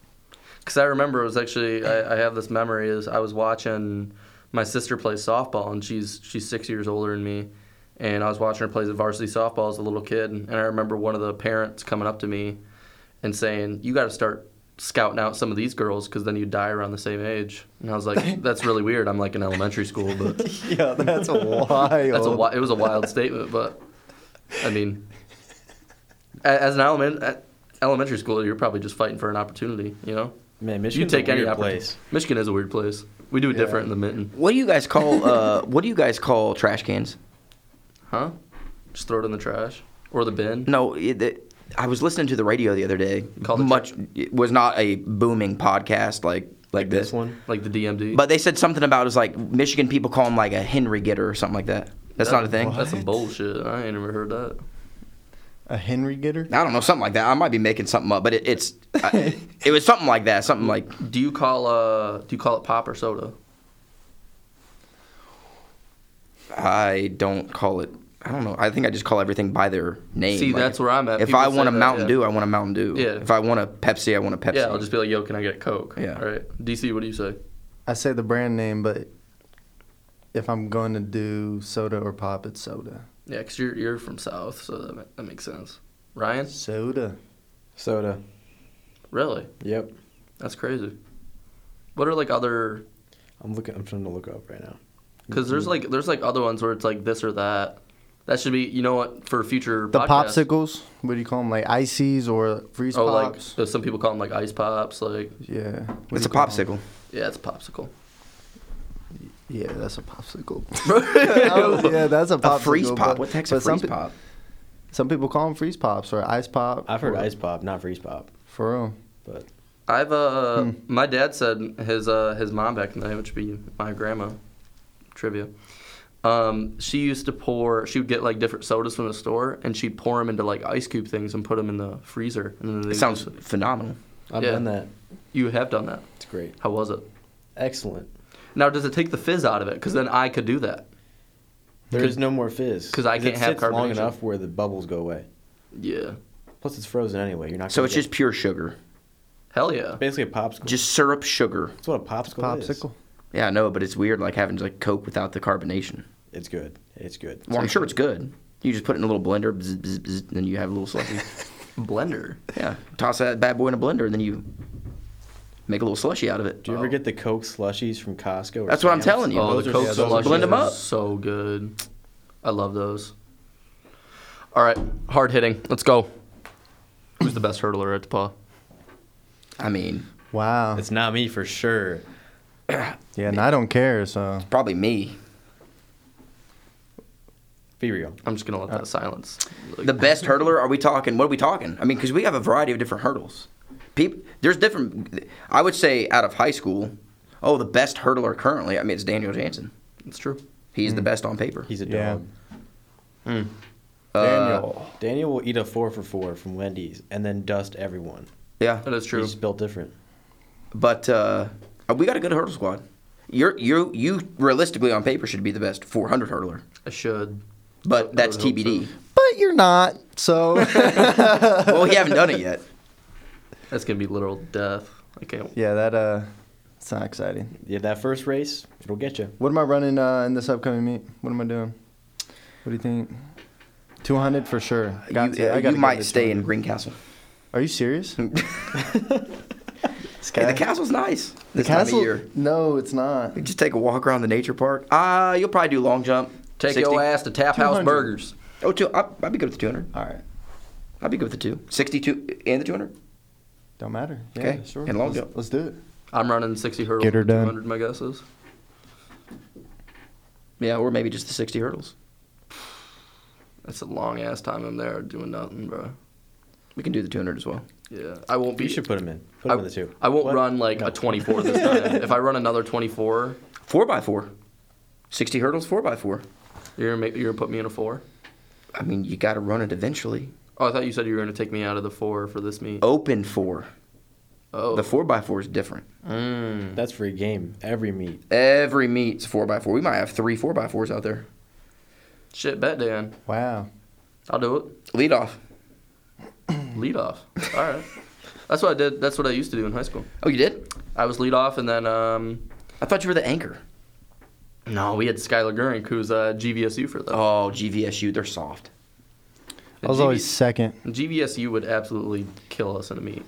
[SPEAKER 1] Because I remember it was actually I, I have this memory is I was watching my sister play softball and she's she's six years older than me, and I was watching her play varsity softball as a little kid, and I remember one of the parents coming up to me and saying, "You got to start." Scouting out some of these girls because then you die around the same age, and I was like, "That's really weird." I'm like in elementary school, but
[SPEAKER 2] yeah, that's wild.
[SPEAKER 1] that's a wi- it was a wild statement, but I mean, a- as an element at elementary school, you're probably just fighting for an opportunity. You know,
[SPEAKER 4] Man,
[SPEAKER 1] you
[SPEAKER 4] Michigan's
[SPEAKER 1] take
[SPEAKER 4] a weird
[SPEAKER 1] any opportu-
[SPEAKER 4] place.
[SPEAKER 1] Michigan is a weird place. We do it
[SPEAKER 2] Yeah.
[SPEAKER 1] different in the mitten,
[SPEAKER 3] What do you guys call uh, what do you guys call trash cans?
[SPEAKER 1] huh? Just throw it in the trash or the bin.
[SPEAKER 3] No, it, it, I was listening to the radio the other day.
[SPEAKER 1] Called it
[SPEAKER 3] Much it was not a booming podcast like like
[SPEAKER 4] This
[SPEAKER 3] this.
[SPEAKER 4] one.
[SPEAKER 1] like the DMD.
[SPEAKER 3] But they said something about it was like Michigan people call them like a Henry getter or something like that. That's
[SPEAKER 1] That-
[SPEAKER 3] not a thing.
[SPEAKER 1] That's some
[SPEAKER 2] What?
[SPEAKER 1] bullshit. I ain't never heard that.
[SPEAKER 2] a Henry getter.
[SPEAKER 3] I don't know, something like that. I might be making something up, but it, it's I, it was something like that. Something like
[SPEAKER 1] Do you call uh do you call it pop or soda?
[SPEAKER 3] I don't call it. I don't know. I think I just call everything by their name.
[SPEAKER 1] See,
[SPEAKER 3] Like,
[SPEAKER 1] that's where I'm at.
[SPEAKER 3] If
[SPEAKER 1] People
[SPEAKER 3] I
[SPEAKER 1] say
[SPEAKER 3] want a
[SPEAKER 1] that,
[SPEAKER 3] Mountain
[SPEAKER 1] yeah.
[SPEAKER 3] Dew, I want a Mountain Dew.
[SPEAKER 1] Yeah.
[SPEAKER 3] If I want a Pepsi, I want a Pepsi.
[SPEAKER 1] Yeah, I'll just be like, yo, can I get a Coke?
[SPEAKER 3] Yeah.
[SPEAKER 1] All right. DC, what do you say?
[SPEAKER 2] I say the brand name, but if I'm going to do soda or pop, it's soda.
[SPEAKER 1] Yeah, because you're, you're from South, so that, ma- that makes sense. Ryan?
[SPEAKER 2] Soda.
[SPEAKER 4] Soda.
[SPEAKER 1] Really?
[SPEAKER 4] Yep.
[SPEAKER 1] That's crazy. What are like other?
[SPEAKER 4] I'm looking. I'm trying to look up right now. Mm-hmm.
[SPEAKER 1] Because there's like there's like other ones where it's like this or that. That should be you know what for future.
[SPEAKER 2] The
[SPEAKER 1] podcasts.
[SPEAKER 2] popsicles. What do you call them? Like ices or freeze
[SPEAKER 1] Oh, like
[SPEAKER 2] pops?
[SPEAKER 1] some people call them like ice pops. Like
[SPEAKER 2] yeah. What do
[SPEAKER 3] it's
[SPEAKER 2] you
[SPEAKER 3] a
[SPEAKER 2] call 'em?
[SPEAKER 3] popsicle.
[SPEAKER 1] yeah, it's a popsicle.
[SPEAKER 2] Yeah, that's a popsicle. Oh, yeah, that's a popsicle.
[SPEAKER 3] a freeze pop.
[SPEAKER 2] but-
[SPEAKER 3] What the heck's a
[SPEAKER 2] but some
[SPEAKER 3] freeze
[SPEAKER 2] pe-
[SPEAKER 3] pop?
[SPEAKER 2] Some people call them freeze pops or ice pop.
[SPEAKER 4] I've heard
[SPEAKER 2] or-
[SPEAKER 4] ice pop, not freeze pop,
[SPEAKER 2] For real.
[SPEAKER 4] but
[SPEAKER 1] I've uh, my dad said his uh his mom back in the day, which would be my grandma, trivia. Um, she used to pour. She would get like different sodas from the store, and she'd pour them into like ice cube things and put them in the freezer. And then they
[SPEAKER 3] It sounds
[SPEAKER 1] just-
[SPEAKER 3] phenomenal.
[SPEAKER 4] I've
[SPEAKER 1] Yeah.
[SPEAKER 4] done that.
[SPEAKER 1] You have done that.
[SPEAKER 4] It's great.
[SPEAKER 1] How was it?
[SPEAKER 4] Excellent.
[SPEAKER 1] Now, does it take the fizz out of it? Because then I could do that.
[SPEAKER 4] There
[SPEAKER 1] Could-
[SPEAKER 4] is no more fizz
[SPEAKER 1] 'cause I can't
[SPEAKER 4] it
[SPEAKER 1] have
[SPEAKER 4] sits long
[SPEAKER 1] carbonation.
[SPEAKER 4] enough where the bubbles go away.
[SPEAKER 1] Yeah.
[SPEAKER 4] Plus, it's frozen anyway. You're not.
[SPEAKER 3] So
[SPEAKER 4] gonna
[SPEAKER 3] it's
[SPEAKER 4] get-
[SPEAKER 3] just pure sugar,
[SPEAKER 1] Hell yeah.
[SPEAKER 4] basically a popsicle.
[SPEAKER 3] just syrup sugar.
[SPEAKER 4] That's what a popsicle, is.
[SPEAKER 2] Popsicle.
[SPEAKER 3] Yeah, I know, but it's weird like having like Coke without the carbonation.
[SPEAKER 4] It's good. It's good.
[SPEAKER 3] Well, I'm sure it's good. You just put it in a little blender, bzz, bzz, bzz, and then you have a little slushy.
[SPEAKER 1] Blender.
[SPEAKER 3] yeah, toss that bad boy in a blender, and then you make a little slushy out of it.
[SPEAKER 4] Do you ever get the Coke slushies from Costco? Or
[SPEAKER 3] That's what I'm
[SPEAKER 4] Sam's?
[SPEAKER 3] telling you.
[SPEAKER 1] Oh,
[SPEAKER 4] Those
[SPEAKER 1] the
[SPEAKER 4] are
[SPEAKER 1] Coke
[SPEAKER 4] so
[SPEAKER 1] slushies
[SPEAKER 3] Blend 'em
[SPEAKER 1] are
[SPEAKER 3] up.
[SPEAKER 1] So good. I love those. All right, hard hitting. Let's go. Who's the best hurdler at the paw?
[SPEAKER 3] I mean,
[SPEAKER 2] Wow.
[SPEAKER 4] It's not me for sure.
[SPEAKER 2] yeah, and I don't care, so.
[SPEAKER 3] probably me.
[SPEAKER 4] Be real.
[SPEAKER 1] I'm just gonna let that silence.
[SPEAKER 3] The best hurdler? Are we talking? What are we talking? I mean, because we have a variety of different hurdles. People, there's different. I would say out of high school, oh, the best hurdler currently. I mean, it's Daniel Jansen.
[SPEAKER 1] It's true.
[SPEAKER 3] He's
[SPEAKER 1] Hmm.
[SPEAKER 3] the best on paper. Uh,
[SPEAKER 4] He's a
[SPEAKER 2] Yeah.
[SPEAKER 4] dog.
[SPEAKER 1] Uh,
[SPEAKER 2] Daniel.
[SPEAKER 4] Daniel will eat a four for four from Wendy's and then dust everyone.
[SPEAKER 3] Yeah,
[SPEAKER 1] That is true.
[SPEAKER 4] He's built different.
[SPEAKER 3] but uh, we got a good hurdle squad. You're you you realistically on paper should be the best 400 hurdler,
[SPEAKER 1] I should. I
[SPEAKER 3] but that's
[SPEAKER 1] would hope
[SPEAKER 3] TBD.
[SPEAKER 1] so.
[SPEAKER 2] But you're not, so.
[SPEAKER 3] well, we haven't done it yet.
[SPEAKER 1] That's gonna be literal death. I can't.
[SPEAKER 2] yeah, that, uh, it's not exciting.
[SPEAKER 4] Yeah, that first race, it'll get you.
[SPEAKER 2] What am I running uh, in this upcoming meet? What am I doing? What do you think? 200 for sure.
[SPEAKER 3] You,
[SPEAKER 2] Got to-
[SPEAKER 3] uh,
[SPEAKER 2] I gotta
[SPEAKER 3] you
[SPEAKER 2] get
[SPEAKER 3] might
[SPEAKER 2] into
[SPEAKER 3] stay in
[SPEAKER 2] 200.
[SPEAKER 3] Greencastle.
[SPEAKER 2] Are you serious?
[SPEAKER 3] hey,
[SPEAKER 2] guy-
[SPEAKER 3] the castle's nice
[SPEAKER 2] The
[SPEAKER 3] this time of year.
[SPEAKER 2] No, it's not.
[SPEAKER 3] You just take a walk around the nature park. Ah, you'll probably do long jump.
[SPEAKER 1] Take
[SPEAKER 3] 60.
[SPEAKER 1] your ass to Tap House
[SPEAKER 2] 200.
[SPEAKER 1] Burgers.
[SPEAKER 3] Oh, two, I, I'd be good with the 200.
[SPEAKER 2] All right.
[SPEAKER 3] I'd be good with the two. 62 and the 200.
[SPEAKER 2] Don't matter. Yeah,
[SPEAKER 3] Okay,
[SPEAKER 2] sure.
[SPEAKER 3] and long
[SPEAKER 2] let's,
[SPEAKER 3] jump.
[SPEAKER 2] let's do it.
[SPEAKER 1] I'm running 60 hurdles.
[SPEAKER 2] Get her
[SPEAKER 1] and
[SPEAKER 2] done.
[SPEAKER 1] 200, my guess is.
[SPEAKER 3] Yeah, or maybe just the 60 hurdles.
[SPEAKER 1] That's a long ass time I'm there doing nothing, bro.
[SPEAKER 3] We can do the 200 as well.
[SPEAKER 1] Yeah, I won't be.
[SPEAKER 4] You should put him in. Put him
[SPEAKER 1] I,
[SPEAKER 4] in the two.
[SPEAKER 1] I won't
[SPEAKER 4] What?
[SPEAKER 1] run like a 24 this time. if I run another 24,
[SPEAKER 3] Four by four. 60 hurdles, four by four.
[SPEAKER 1] you're gonna make, you're gonna put me in a four.
[SPEAKER 3] I mean, you got to run it eventually.
[SPEAKER 1] Oh, I thought you said you were gonna take me out of the four for this meet.
[SPEAKER 3] Open four.
[SPEAKER 1] Oh,
[SPEAKER 3] The four by four is different.
[SPEAKER 1] Mm.
[SPEAKER 4] That's free game. Every meet.
[SPEAKER 3] Every meet's four by four. We might have three four by fours out there.
[SPEAKER 1] Shit, bet Dan.
[SPEAKER 2] Wow.
[SPEAKER 1] I'll do it.
[SPEAKER 3] Lead off.
[SPEAKER 1] Lead off. All right. That's what I did. That's what I used to do in high school.
[SPEAKER 3] Oh, you did?
[SPEAKER 1] I was lead off, and then um,
[SPEAKER 3] I thought you were the anchor.
[SPEAKER 1] no, we had Skylar Gurink, who's uh, GVSU for that.
[SPEAKER 3] Oh, GVSU, they're soft.
[SPEAKER 2] I was always second.
[SPEAKER 1] GVSU would absolutely kill us in a meet.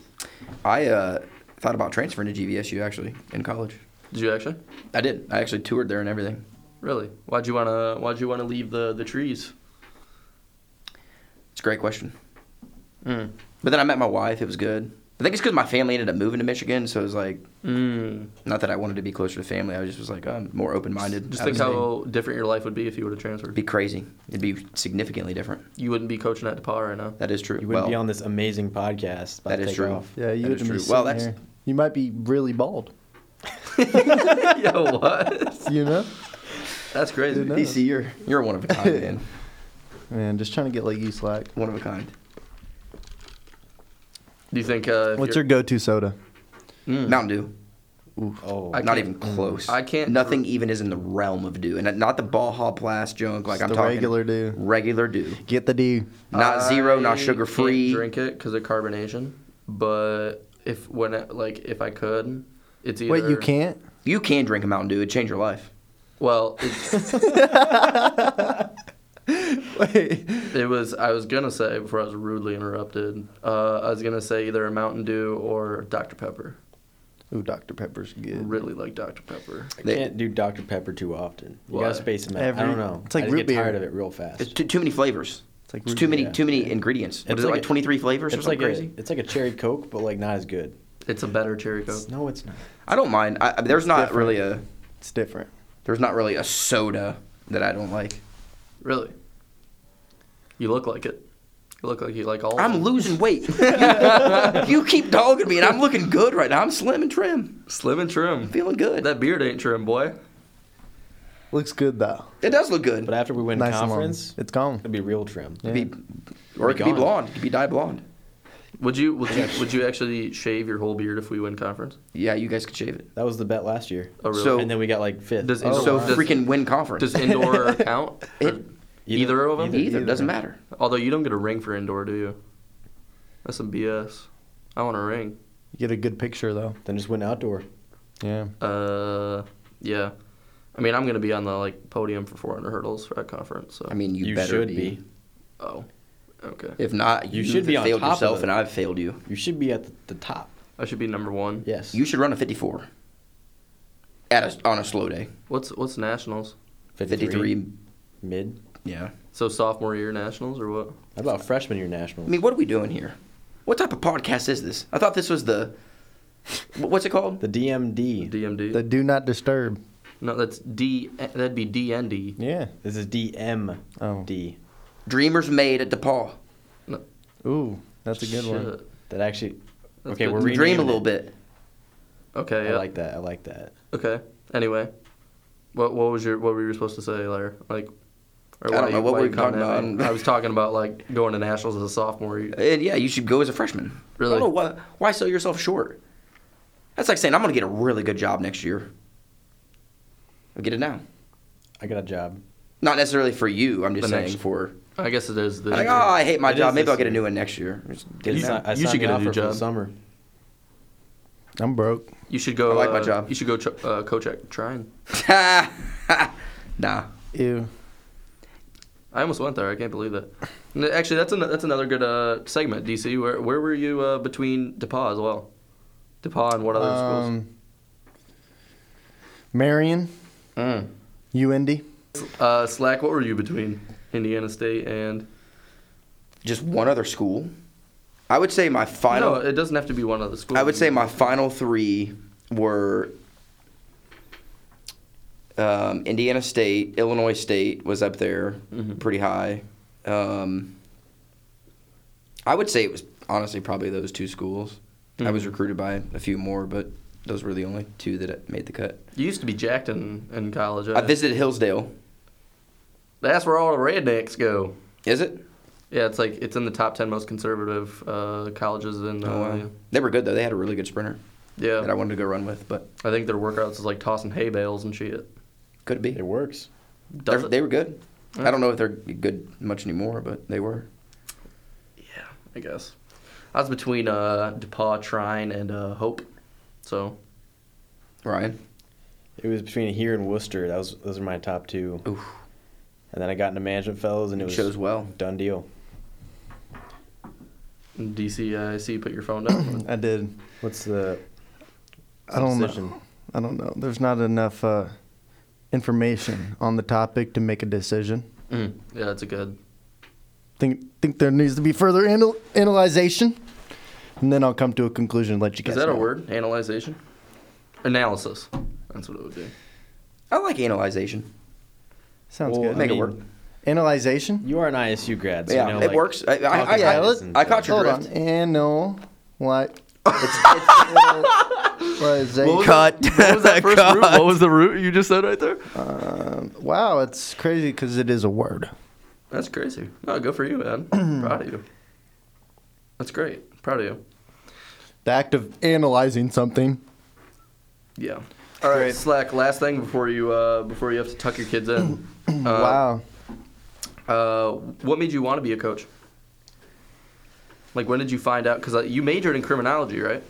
[SPEAKER 3] I uh, thought about transferring to GVSU actually in college.
[SPEAKER 1] Did you actually?
[SPEAKER 3] I did. I actually toured there and everything.
[SPEAKER 1] Really? Why'd you wanna Why'd you wanna leave the the trees?
[SPEAKER 3] It's a great question.
[SPEAKER 1] Mm.
[SPEAKER 3] But then I met my wife. It was good. I think it's because my family ended up moving to Michigan, so it was like
[SPEAKER 1] Mm.
[SPEAKER 3] not that I wanted to be closer to family. I just was like I'm more open minded.
[SPEAKER 1] Just think how different your life would be if you would have transferred.
[SPEAKER 3] it'd be crazy. It'd be significantly different.
[SPEAKER 1] you wouldn't be coaching at DePauw right now.
[SPEAKER 3] That is true.
[SPEAKER 4] You wouldn't
[SPEAKER 3] well,
[SPEAKER 4] be on this amazing podcast. About
[SPEAKER 3] That
[SPEAKER 4] to
[SPEAKER 3] is
[SPEAKER 4] take
[SPEAKER 3] true.
[SPEAKER 4] Off.
[SPEAKER 2] Yeah,
[SPEAKER 3] That is
[SPEAKER 2] you wouldn't be
[SPEAKER 3] true.
[SPEAKER 2] sitting
[SPEAKER 3] Well, that's-
[SPEAKER 2] here. You might be really bald.
[SPEAKER 1] Yo, what?
[SPEAKER 2] You know?
[SPEAKER 1] That's crazy.
[SPEAKER 2] Who knows?
[SPEAKER 3] DC, you're you're one of a kind, man.
[SPEAKER 2] Man, just trying to get like you slack.
[SPEAKER 3] One of a kind.
[SPEAKER 1] Do you think? Uh, if
[SPEAKER 2] What's your
[SPEAKER 1] you're-
[SPEAKER 2] go-to soda?
[SPEAKER 1] Mm.
[SPEAKER 3] Mountain Dew.
[SPEAKER 4] Oh,
[SPEAKER 1] I
[SPEAKER 3] not
[SPEAKER 1] can't-
[SPEAKER 3] even close.
[SPEAKER 1] I can't-
[SPEAKER 3] Nothing even is in the realm of Dew, and not the Baja Blast junk. Like
[SPEAKER 2] Just
[SPEAKER 3] I'm
[SPEAKER 2] the
[SPEAKER 3] talking
[SPEAKER 2] regular Dew.
[SPEAKER 3] Regular Dew.
[SPEAKER 2] Get the D.
[SPEAKER 3] Not zero,
[SPEAKER 1] I
[SPEAKER 3] not
[SPEAKER 1] can't
[SPEAKER 3] sugar free.
[SPEAKER 1] Drink it because of carbonation. But if when it, like if I could, it's either
[SPEAKER 2] Wait, you can't?
[SPEAKER 3] You can drink a Mountain Dew; it change your life.
[SPEAKER 1] Well, it,
[SPEAKER 2] Wait.
[SPEAKER 1] it was I was gonna say before I was rudely interrupted. Uh, I was gonna say either a Mountain Dew or Dr Pepper.
[SPEAKER 2] Ooh, Dr. Pepper's good.
[SPEAKER 1] Really like Dr Pepper.
[SPEAKER 4] I
[SPEAKER 3] They-
[SPEAKER 4] can't do Dr Pepper too often. You
[SPEAKER 1] Why?
[SPEAKER 4] gotta space them out.
[SPEAKER 2] Every-
[SPEAKER 4] I don't know.
[SPEAKER 2] it's like
[SPEAKER 4] I just
[SPEAKER 2] root
[SPEAKER 4] get
[SPEAKER 2] beer.
[SPEAKER 4] tired of it real fast.
[SPEAKER 3] It's too, too many flavors. It's,
[SPEAKER 2] like
[SPEAKER 3] too many
[SPEAKER 4] yeah.
[SPEAKER 3] too many ingredients. What
[SPEAKER 4] It's
[SPEAKER 3] is it
[SPEAKER 4] like
[SPEAKER 3] like
[SPEAKER 4] a-
[SPEAKER 3] 23 flavors or
[SPEAKER 4] it's
[SPEAKER 3] something
[SPEAKER 4] like
[SPEAKER 3] crazy?
[SPEAKER 4] A, it's like a cherry coke, but like not as good.
[SPEAKER 1] It's a better cherry coke.
[SPEAKER 4] It's- no, it's not.
[SPEAKER 3] I don't mind. I, I- there's not
[SPEAKER 2] different.
[SPEAKER 3] really a
[SPEAKER 2] It's different.
[SPEAKER 3] there's not really a soda that I don't like.
[SPEAKER 1] Really. You look like it. You look like you like all. of
[SPEAKER 3] I'm
[SPEAKER 1] them.
[SPEAKER 3] losing weight. you keep dogging me, and I'm looking good right now. I'm slim and trim,
[SPEAKER 1] slim and trim.
[SPEAKER 3] feeling good.
[SPEAKER 1] That beard ain't trim, boy.
[SPEAKER 2] Looks good though.
[SPEAKER 3] it does look good.
[SPEAKER 4] But after we win
[SPEAKER 2] Nice and long.
[SPEAKER 4] conference,
[SPEAKER 2] It's gone.
[SPEAKER 4] it'll be real trim.
[SPEAKER 2] Yeah.
[SPEAKER 3] Be- or it could be
[SPEAKER 4] gone.
[SPEAKER 3] blonde. It could be dyed blonde.
[SPEAKER 1] Would you would you would you actually shave your whole beard if we win conference?
[SPEAKER 3] Yeah, you guys could shave it.
[SPEAKER 4] That was the bet last year.
[SPEAKER 1] Oh really?
[SPEAKER 3] So-
[SPEAKER 4] and then we got like fifth.
[SPEAKER 1] Does-
[SPEAKER 2] Oh,
[SPEAKER 3] so
[SPEAKER 2] wow.
[SPEAKER 3] freaking win conference.
[SPEAKER 1] Does indoor count?
[SPEAKER 3] It-
[SPEAKER 1] Or either of 'em?
[SPEAKER 3] either,
[SPEAKER 2] either.
[SPEAKER 3] doesn't matter.
[SPEAKER 1] Although you don't get a ring for indoor, do you? That's some BS. I want a ring.
[SPEAKER 2] You get a good picture though.
[SPEAKER 4] then just went outdoor.
[SPEAKER 2] Yeah.
[SPEAKER 1] Uh, yeah. I mean, I'm gonna be on the like podium for 400 hurdles for that conference. So.
[SPEAKER 3] I mean, you,
[SPEAKER 4] You
[SPEAKER 3] better
[SPEAKER 4] should
[SPEAKER 3] be.
[SPEAKER 4] be.
[SPEAKER 1] oh, okay.
[SPEAKER 3] If not,
[SPEAKER 4] You
[SPEAKER 3] you,
[SPEAKER 4] should be on
[SPEAKER 3] failed
[SPEAKER 4] top of
[SPEAKER 3] yourself,
[SPEAKER 4] it.
[SPEAKER 3] and I've failed you.
[SPEAKER 4] You should be at the, the top.
[SPEAKER 1] I should be number one.
[SPEAKER 4] Yes.
[SPEAKER 3] You should run a 54 at a, on a slow day.
[SPEAKER 1] What's what's nationals?
[SPEAKER 3] 53.
[SPEAKER 4] mid.
[SPEAKER 3] Yeah.
[SPEAKER 1] So sophomore year nationals or what?
[SPEAKER 4] How about freshman year
[SPEAKER 3] I
[SPEAKER 4] nationals?
[SPEAKER 3] mean, what are we doing here? What type of podcast is this? I thought this was the. wh- What's it called?
[SPEAKER 4] the DMD.
[SPEAKER 1] DMD.
[SPEAKER 2] The do not disturb.
[SPEAKER 1] no, that's D. That'd be DND.
[SPEAKER 2] Yeah.
[SPEAKER 4] this is DMD.
[SPEAKER 2] Oh.
[SPEAKER 3] Dreamers Made at DePaul.
[SPEAKER 2] Ooh, that's a good one.
[SPEAKER 1] Shit.
[SPEAKER 4] That actually.
[SPEAKER 1] That's
[SPEAKER 4] okay,
[SPEAKER 1] good.
[SPEAKER 4] we're
[SPEAKER 1] You
[SPEAKER 4] renaming
[SPEAKER 3] Dream a
[SPEAKER 4] it.
[SPEAKER 3] little bit.
[SPEAKER 1] Okay.
[SPEAKER 4] I
[SPEAKER 1] yeah.
[SPEAKER 4] like that. I like that.
[SPEAKER 1] Okay. Anyway, what what was your what were you supposed to say, Larry? Like, or
[SPEAKER 3] I don't
[SPEAKER 1] why
[SPEAKER 3] know.
[SPEAKER 1] you-
[SPEAKER 3] What
[SPEAKER 1] why
[SPEAKER 3] were
[SPEAKER 1] you
[SPEAKER 3] we talking
[SPEAKER 1] coming at me?
[SPEAKER 3] about?
[SPEAKER 1] I was talking about like going to nationals as a sophomore. You-
[SPEAKER 3] And yeah, you should go as a freshman.
[SPEAKER 1] Really?
[SPEAKER 3] I don't know why, why sell yourself short. That's like saying I'm going to get a really good job next year. I'll get it now.
[SPEAKER 4] I got a job.
[SPEAKER 3] Not necessarily for you. I'm just
[SPEAKER 1] The
[SPEAKER 3] saying
[SPEAKER 1] next-
[SPEAKER 3] for
[SPEAKER 1] I guess it is. This
[SPEAKER 3] like,
[SPEAKER 1] year.
[SPEAKER 3] oh, I hate my
[SPEAKER 4] It
[SPEAKER 3] job.
[SPEAKER 4] is
[SPEAKER 3] Maybe
[SPEAKER 4] this
[SPEAKER 3] I'll get a
[SPEAKER 4] year.
[SPEAKER 3] new one next year. Just get it
[SPEAKER 4] I
[SPEAKER 3] now.
[SPEAKER 4] si- I
[SPEAKER 1] you should
[SPEAKER 4] signed
[SPEAKER 1] get
[SPEAKER 4] the
[SPEAKER 1] a new
[SPEAKER 4] offer for the
[SPEAKER 1] job.
[SPEAKER 4] Summer.
[SPEAKER 2] I'm broke.
[SPEAKER 1] you should go.
[SPEAKER 3] I like my
[SPEAKER 1] uh,
[SPEAKER 3] job.
[SPEAKER 1] You should go. Ch- uh, coach at trying.
[SPEAKER 3] nah,
[SPEAKER 2] Ew.
[SPEAKER 1] I I almost went there. I can't believe that. N- Actually, that's an, that's another good uh, segment. DC, where where were you uh, between DePauw as well? DePauw and what other schools?
[SPEAKER 2] Um, Marion,
[SPEAKER 1] Mm.
[SPEAKER 2] UND.
[SPEAKER 1] Uh, Slack, what were you between Indiana State and?
[SPEAKER 3] Just one other school. I would say my final.
[SPEAKER 1] No, it doesn't have to be one other school.
[SPEAKER 3] I would say my final three were um, Indiana State, Illinois State was up there
[SPEAKER 1] Mhm.
[SPEAKER 3] pretty high. Um, I would say it was honestly probably those two schools. I was
[SPEAKER 1] Mhm.
[SPEAKER 3] recruited by a few more, but those were the only two that made the cut.
[SPEAKER 1] you used to be jacked in, in college.
[SPEAKER 3] I
[SPEAKER 1] Right?
[SPEAKER 3] visited Hillsdale.
[SPEAKER 1] that's where all the rednecks go.
[SPEAKER 3] Is it?
[SPEAKER 1] Yeah, it's like it's in the top ten most conservative uh, colleges in. Uh,
[SPEAKER 3] Oh, wow. They were good though. They had a really good sprinter
[SPEAKER 1] yeah,
[SPEAKER 3] that I wanted to go run with, but
[SPEAKER 1] I think their workouts is like tossing hay bales and shit.
[SPEAKER 3] could be.
[SPEAKER 4] It works.
[SPEAKER 1] Does
[SPEAKER 3] They're-
[SPEAKER 1] it?
[SPEAKER 3] They were good.
[SPEAKER 1] Yeah.
[SPEAKER 3] I don't know if they're good much anymore, but they were.
[SPEAKER 1] Yeah, I guess. I was between uh, DePauw, Trine, and uh, Hope. So,
[SPEAKER 3] Ryan.
[SPEAKER 4] It was between here and Worcester. That was those are my top two.
[SPEAKER 3] Oof.
[SPEAKER 4] And then I got into management fellows, and it was
[SPEAKER 3] Shows well.
[SPEAKER 4] done deal.
[SPEAKER 1] DC, I see you put your phone down.
[SPEAKER 2] I did.
[SPEAKER 4] What's the
[SPEAKER 2] I don't
[SPEAKER 4] Decision.
[SPEAKER 2] know. I don't know. There's not enough uh, information on the topic to make a decision.
[SPEAKER 1] Mm, yeah, that's a good.
[SPEAKER 2] Think think there needs to be further anal- analyzation, and then I'll come to a conclusion and let you guys.
[SPEAKER 1] Is that a
[SPEAKER 2] know.
[SPEAKER 1] word? Analyzation? Analysis. That's what it would be.
[SPEAKER 3] I like analyzation.
[SPEAKER 2] Sounds
[SPEAKER 4] Well,
[SPEAKER 2] good.
[SPEAKER 4] I
[SPEAKER 3] Make it
[SPEAKER 4] mean,
[SPEAKER 3] work.
[SPEAKER 2] Analyzation.
[SPEAKER 4] You are an ISU grad, so
[SPEAKER 3] yeah,
[SPEAKER 4] you know,
[SPEAKER 3] it
[SPEAKER 4] like,
[SPEAKER 3] works. I, I, I,
[SPEAKER 4] talking
[SPEAKER 3] I,
[SPEAKER 4] heads
[SPEAKER 2] let's-
[SPEAKER 4] and
[SPEAKER 3] I caught
[SPEAKER 4] stuff.
[SPEAKER 3] your
[SPEAKER 2] Hold on.
[SPEAKER 3] drift.
[SPEAKER 2] Anal. What?
[SPEAKER 3] Cut.
[SPEAKER 1] What was that first root?
[SPEAKER 3] Cut.
[SPEAKER 1] What was the root you just said right there?
[SPEAKER 2] Um, wow, it's crazy because it is a word.
[SPEAKER 1] That's crazy. No, good for you, man. Proud of you. That's great. Proud of you.
[SPEAKER 2] The act of analyzing something.
[SPEAKER 1] Yeah. All right, Slack. Last thing before you uh, before you have to tuck your kids in. Uh,
[SPEAKER 2] wow.
[SPEAKER 1] Uh, what made you want to be a coach? Like, when did you find out? Because uh, you majored in criminology, right?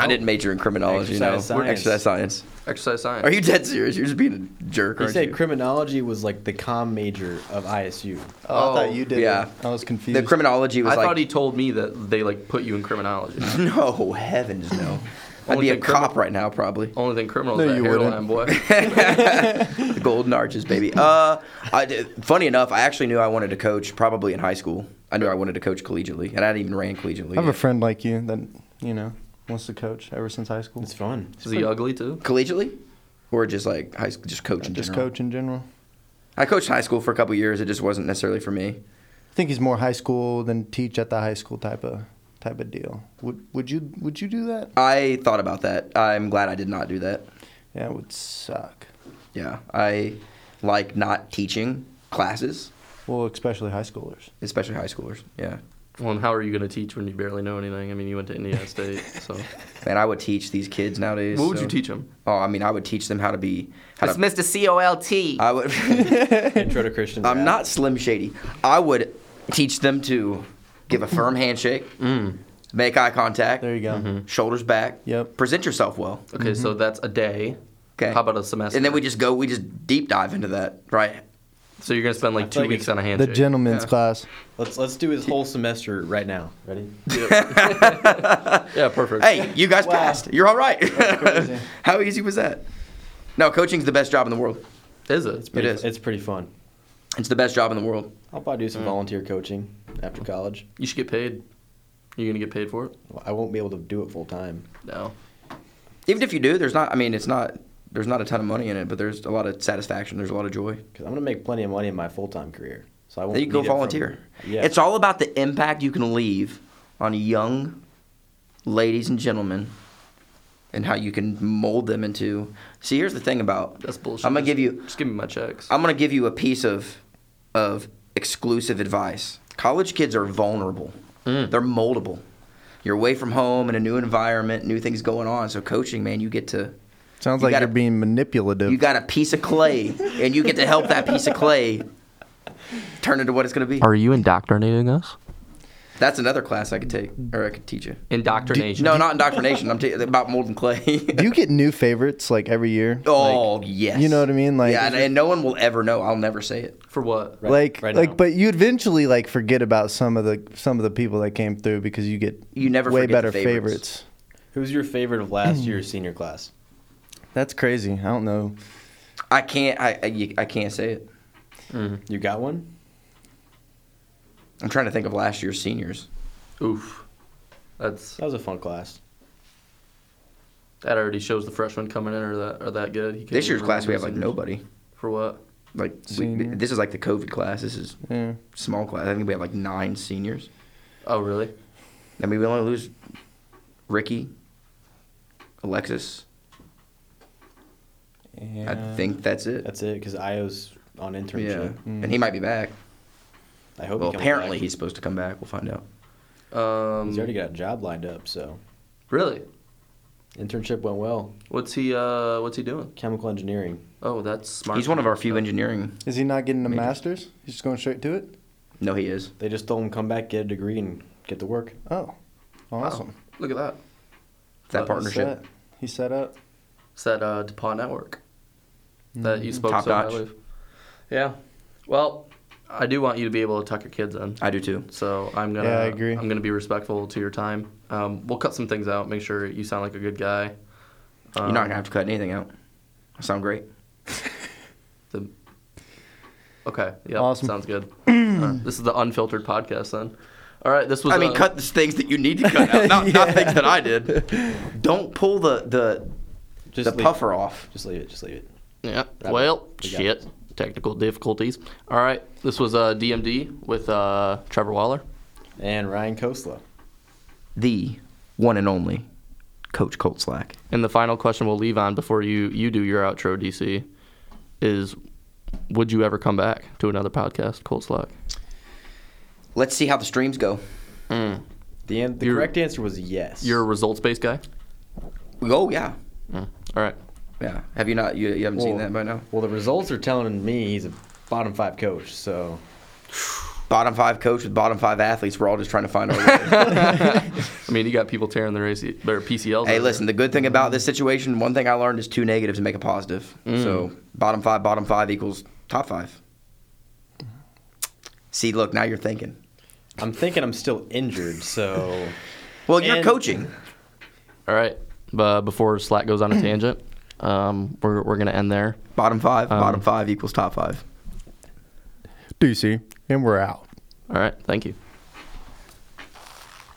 [SPEAKER 3] I didn't major in criminology.
[SPEAKER 4] Exercise
[SPEAKER 3] no,
[SPEAKER 4] science.
[SPEAKER 3] exercise science.
[SPEAKER 1] Exercise science.
[SPEAKER 3] Are you dead serious? You're just being a jerk,
[SPEAKER 4] You
[SPEAKER 3] aren't
[SPEAKER 4] said
[SPEAKER 3] you?
[SPEAKER 4] criminology was like the com major of ISU.
[SPEAKER 2] Oh,
[SPEAKER 1] Oh,
[SPEAKER 2] I thought you did.
[SPEAKER 3] yeah.
[SPEAKER 2] it. I was confused.
[SPEAKER 3] the criminology was
[SPEAKER 1] I
[SPEAKER 3] like,
[SPEAKER 1] thought he told me that they like put you in criminology.
[SPEAKER 3] no, heavens no. I'd
[SPEAKER 1] Only
[SPEAKER 3] be a
[SPEAKER 1] thing crimi-
[SPEAKER 3] cop right now, probably.
[SPEAKER 1] Only thing criminal
[SPEAKER 2] No,
[SPEAKER 1] is that
[SPEAKER 2] you
[SPEAKER 1] hairline,
[SPEAKER 2] wouldn't.
[SPEAKER 1] boy.
[SPEAKER 3] the golden arches, baby. Uh, I did, funny enough, I actually knew I wanted to coach probably in high school. I knew I wanted to coach collegiately, and I didn't even ran collegiately.
[SPEAKER 2] I have a friend like you that you know wants to coach ever since high school.
[SPEAKER 4] It's fun.
[SPEAKER 1] Is he ugly too?
[SPEAKER 3] collegiately, or just like high school, just coaching.
[SPEAKER 2] Just
[SPEAKER 3] general?
[SPEAKER 2] coach in general.
[SPEAKER 3] I coached high school for a couple years. It just wasn't necessarily for me.
[SPEAKER 2] I think he's more high school than teach at the high school type of type of deal. Would would you would you do that?
[SPEAKER 3] I thought about that. I'm glad I did not do that.
[SPEAKER 2] Yeah, it would suck.
[SPEAKER 3] Yeah, I like not teaching classes,
[SPEAKER 2] Well, especially high schoolers.
[SPEAKER 3] especially high schoolers. Yeah,
[SPEAKER 1] Well, and how are you going to teach when you barely know anything? I mean, you went to Indiana State, so
[SPEAKER 3] man, I would teach these kids nowadays.
[SPEAKER 1] what would
[SPEAKER 3] so-
[SPEAKER 1] you teach him?
[SPEAKER 3] Oh, I mean, I would teach them how to be. How to,
[SPEAKER 1] Mr. C O L T.
[SPEAKER 3] I would.
[SPEAKER 4] Intro to Christian.
[SPEAKER 3] I'm
[SPEAKER 4] rap.
[SPEAKER 3] not Slim Shady. I would teach them to give a firm handshake, make eye contact, Mm-hmm.
[SPEAKER 2] There you go.
[SPEAKER 3] shoulders back,
[SPEAKER 2] Yep.
[SPEAKER 3] present yourself well.
[SPEAKER 1] Okay, so that's a day.
[SPEAKER 3] mm-hmm. Okay.
[SPEAKER 1] How about a semester?
[SPEAKER 3] And then we just go, we just deep dive into that, right?
[SPEAKER 1] so you're going to spend
[SPEAKER 4] I
[SPEAKER 1] like
[SPEAKER 4] feel
[SPEAKER 1] two
[SPEAKER 4] like
[SPEAKER 1] weeks
[SPEAKER 4] it's-
[SPEAKER 1] on a
[SPEAKER 2] The
[SPEAKER 1] handshake.
[SPEAKER 2] gentleman's
[SPEAKER 3] Yeah.
[SPEAKER 2] class.
[SPEAKER 4] Let's let's do his whole semester right now. Ready?
[SPEAKER 1] Yeah, perfect.
[SPEAKER 3] Hey, you guys
[SPEAKER 4] Wow.
[SPEAKER 3] passed. You're all right.
[SPEAKER 4] crazy.
[SPEAKER 3] How easy was that? No, coaching's the best job in the world.
[SPEAKER 1] is it?
[SPEAKER 3] It is.
[SPEAKER 4] It's pretty fun.
[SPEAKER 3] It's the best job in the world.
[SPEAKER 4] I'll probably
[SPEAKER 3] Mm.
[SPEAKER 4] do some volunteer coaching after college.
[SPEAKER 1] You should get paid. You going to get paid for it?
[SPEAKER 4] Well, I won't be able to do it full time.
[SPEAKER 1] No.
[SPEAKER 3] Even if you do, there's not. I mean, it's not. There's not a ton of money in it, but there's a lot of satisfaction. There's a lot of joy.
[SPEAKER 4] Because I'm gonna make plenty of money in my full time career. So I won't.
[SPEAKER 3] Then you can go
[SPEAKER 4] need it from-
[SPEAKER 3] volunteer.
[SPEAKER 4] yeah.
[SPEAKER 3] It's all about the impact you can leave on young ladies and gentlemen, and how you can mold them into. See, here's the thing about
[SPEAKER 1] That's bullshit.
[SPEAKER 3] I'm gonna give you.
[SPEAKER 1] Just give me my checks.
[SPEAKER 3] I'm gonna give you a piece of of exclusive advice. College kids are vulnerable.
[SPEAKER 2] Mm.
[SPEAKER 3] They're moldable. You're away from home in a new environment, new things going on. So coaching, man, you get to
[SPEAKER 2] Sounds
[SPEAKER 3] You
[SPEAKER 2] like
[SPEAKER 3] gotta-
[SPEAKER 2] you're being manipulative.
[SPEAKER 3] you got a piece of clay and you get to help that piece of clay turn into what it's gonna be.
[SPEAKER 1] you indoctrinating us?
[SPEAKER 3] That's another class I could take or I could teach you.
[SPEAKER 1] Indoctrination.
[SPEAKER 3] No, not indoctrination. I'm t- about Molden Clay.
[SPEAKER 2] Do you get new favorites like every year?
[SPEAKER 3] oh yes.
[SPEAKER 2] you know what I mean? Like-
[SPEAKER 3] yeah, and, and no one will ever know. I'll never say it.
[SPEAKER 1] For what?
[SPEAKER 4] Right-
[SPEAKER 2] like
[SPEAKER 4] right
[SPEAKER 2] like
[SPEAKER 4] now.
[SPEAKER 2] but you eventually like forget about some of the some of the people that came through because you get
[SPEAKER 3] You never
[SPEAKER 2] way
[SPEAKER 3] forget the
[SPEAKER 2] better
[SPEAKER 3] favorites.
[SPEAKER 2] favorites.
[SPEAKER 4] Who's your favorite of last year's senior class?
[SPEAKER 2] That's crazy. I don't know.
[SPEAKER 3] I can't. I I, you- I can't say it.
[SPEAKER 4] You got one?
[SPEAKER 3] I'm trying to think of last year's seniors.
[SPEAKER 1] Oof. That's
[SPEAKER 4] That was a fun class.
[SPEAKER 1] that already shows the freshmen coming in are that are that good. He can't
[SPEAKER 3] This year's
[SPEAKER 1] even
[SPEAKER 3] class we have like
[SPEAKER 1] remember the
[SPEAKER 3] nobody.
[SPEAKER 1] seniors. For what?
[SPEAKER 3] Like we,
[SPEAKER 2] Senior.
[SPEAKER 3] this is like the COVID class. This is
[SPEAKER 2] Yeah.
[SPEAKER 3] small class. I think we have like nine seniors.
[SPEAKER 1] Oh really?
[SPEAKER 3] I mean, we only lose Ricky, Alexis. I think that's it.
[SPEAKER 4] That's it, because Io's on
[SPEAKER 3] yeah,
[SPEAKER 4] internship.
[SPEAKER 3] and he might be back.
[SPEAKER 4] I hope. he
[SPEAKER 3] Well,
[SPEAKER 4] comes
[SPEAKER 3] apparently
[SPEAKER 4] back.
[SPEAKER 3] he's supposed to come back. We'll find out.
[SPEAKER 1] Um,
[SPEAKER 4] he's already got a job lined up. So
[SPEAKER 1] really?
[SPEAKER 4] internship went well.
[SPEAKER 1] What's he? Uh, what's he doing?
[SPEAKER 4] Chemical engineering.
[SPEAKER 1] Oh, that's smart. Oh,
[SPEAKER 3] He's one of our few engineering.
[SPEAKER 2] Is he not getting a
[SPEAKER 3] Maybe.
[SPEAKER 2] master's? He's just going straight to it?
[SPEAKER 3] No, he is.
[SPEAKER 4] They just told him come back, get a degree, and get to work.
[SPEAKER 2] Oh. Awesome.
[SPEAKER 1] Look at that.
[SPEAKER 3] That
[SPEAKER 1] Uh,
[SPEAKER 3] partnership.
[SPEAKER 2] Set. He set up.
[SPEAKER 1] It's that uh, DuPont network that
[SPEAKER 2] Mm-hmm.
[SPEAKER 1] you spoke
[SPEAKER 3] Top
[SPEAKER 1] so
[SPEAKER 3] notch.
[SPEAKER 1] highly of. Yeah. Well, I do want you to be able to tuck your kids in.
[SPEAKER 3] I do too.
[SPEAKER 1] So I'm gonna.
[SPEAKER 2] Yeah, I agree.
[SPEAKER 1] I'm gonna be respectful to your time. Um, we'll cut some things out. Make sure you sound like a good guy.
[SPEAKER 3] You're
[SPEAKER 1] Um,
[SPEAKER 3] not gonna have to cut anything out. I sound great.
[SPEAKER 1] The, okay. Yeah.
[SPEAKER 2] Awesome.
[SPEAKER 1] Sounds good. Uh, this is the unfiltered podcast then. All right. This was.
[SPEAKER 3] I mean,
[SPEAKER 1] uh,
[SPEAKER 3] cut the things that you need to cut out, not, not things that I did. Don't pull the the,
[SPEAKER 4] Just
[SPEAKER 3] the
[SPEAKER 4] leave it.
[SPEAKER 3] puffer off.
[SPEAKER 4] Just leave it. Just leave it.
[SPEAKER 1] Yeah.
[SPEAKER 4] Rabbit.
[SPEAKER 1] Well,
[SPEAKER 4] We got
[SPEAKER 1] shit. Technical difficulties. All right. This was uh, DMD with uh, Trevor Waller.
[SPEAKER 4] And Ryan Koslow.
[SPEAKER 3] The one and only Coach Colt Slack.
[SPEAKER 1] And the final question we'll leave on before you you do your outro, DC, is would you ever come back to another podcast, Cold Slack?
[SPEAKER 3] Let's see how the streams go.
[SPEAKER 4] The, an- the
[SPEAKER 1] You're-
[SPEAKER 4] correct answer was yes.
[SPEAKER 1] You're a results based guy.
[SPEAKER 3] Oh yeah,
[SPEAKER 1] All right.
[SPEAKER 3] yeah. Have you not? You, you haven't seen
[SPEAKER 4] Well-
[SPEAKER 3] that by now.
[SPEAKER 4] well, the results are telling me he's a bottom five coach. So
[SPEAKER 3] Bottom five coach with bottom five athletes. We're all just trying to find our way.
[SPEAKER 1] I mean, you got people tearing their AC, their PCLs.
[SPEAKER 3] hey,
[SPEAKER 1] out
[SPEAKER 3] listen. The good thing about this situation, one thing I learned is two negatives make a positive. So bottom five, bottom five equals top five. See, look, now you're thinking.
[SPEAKER 4] I'm thinking I'm still injured. So
[SPEAKER 3] Well, you're
[SPEAKER 4] And-
[SPEAKER 3] coaching.
[SPEAKER 1] there. All right. But before Slack goes on a tangent, um, we're we're gonna end there.
[SPEAKER 3] Bottom five,
[SPEAKER 1] Um,
[SPEAKER 3] bottom five equals top five.
[SPEAKER 2] DC. And we're out.
[SPEAKER 1] All right. Thank you.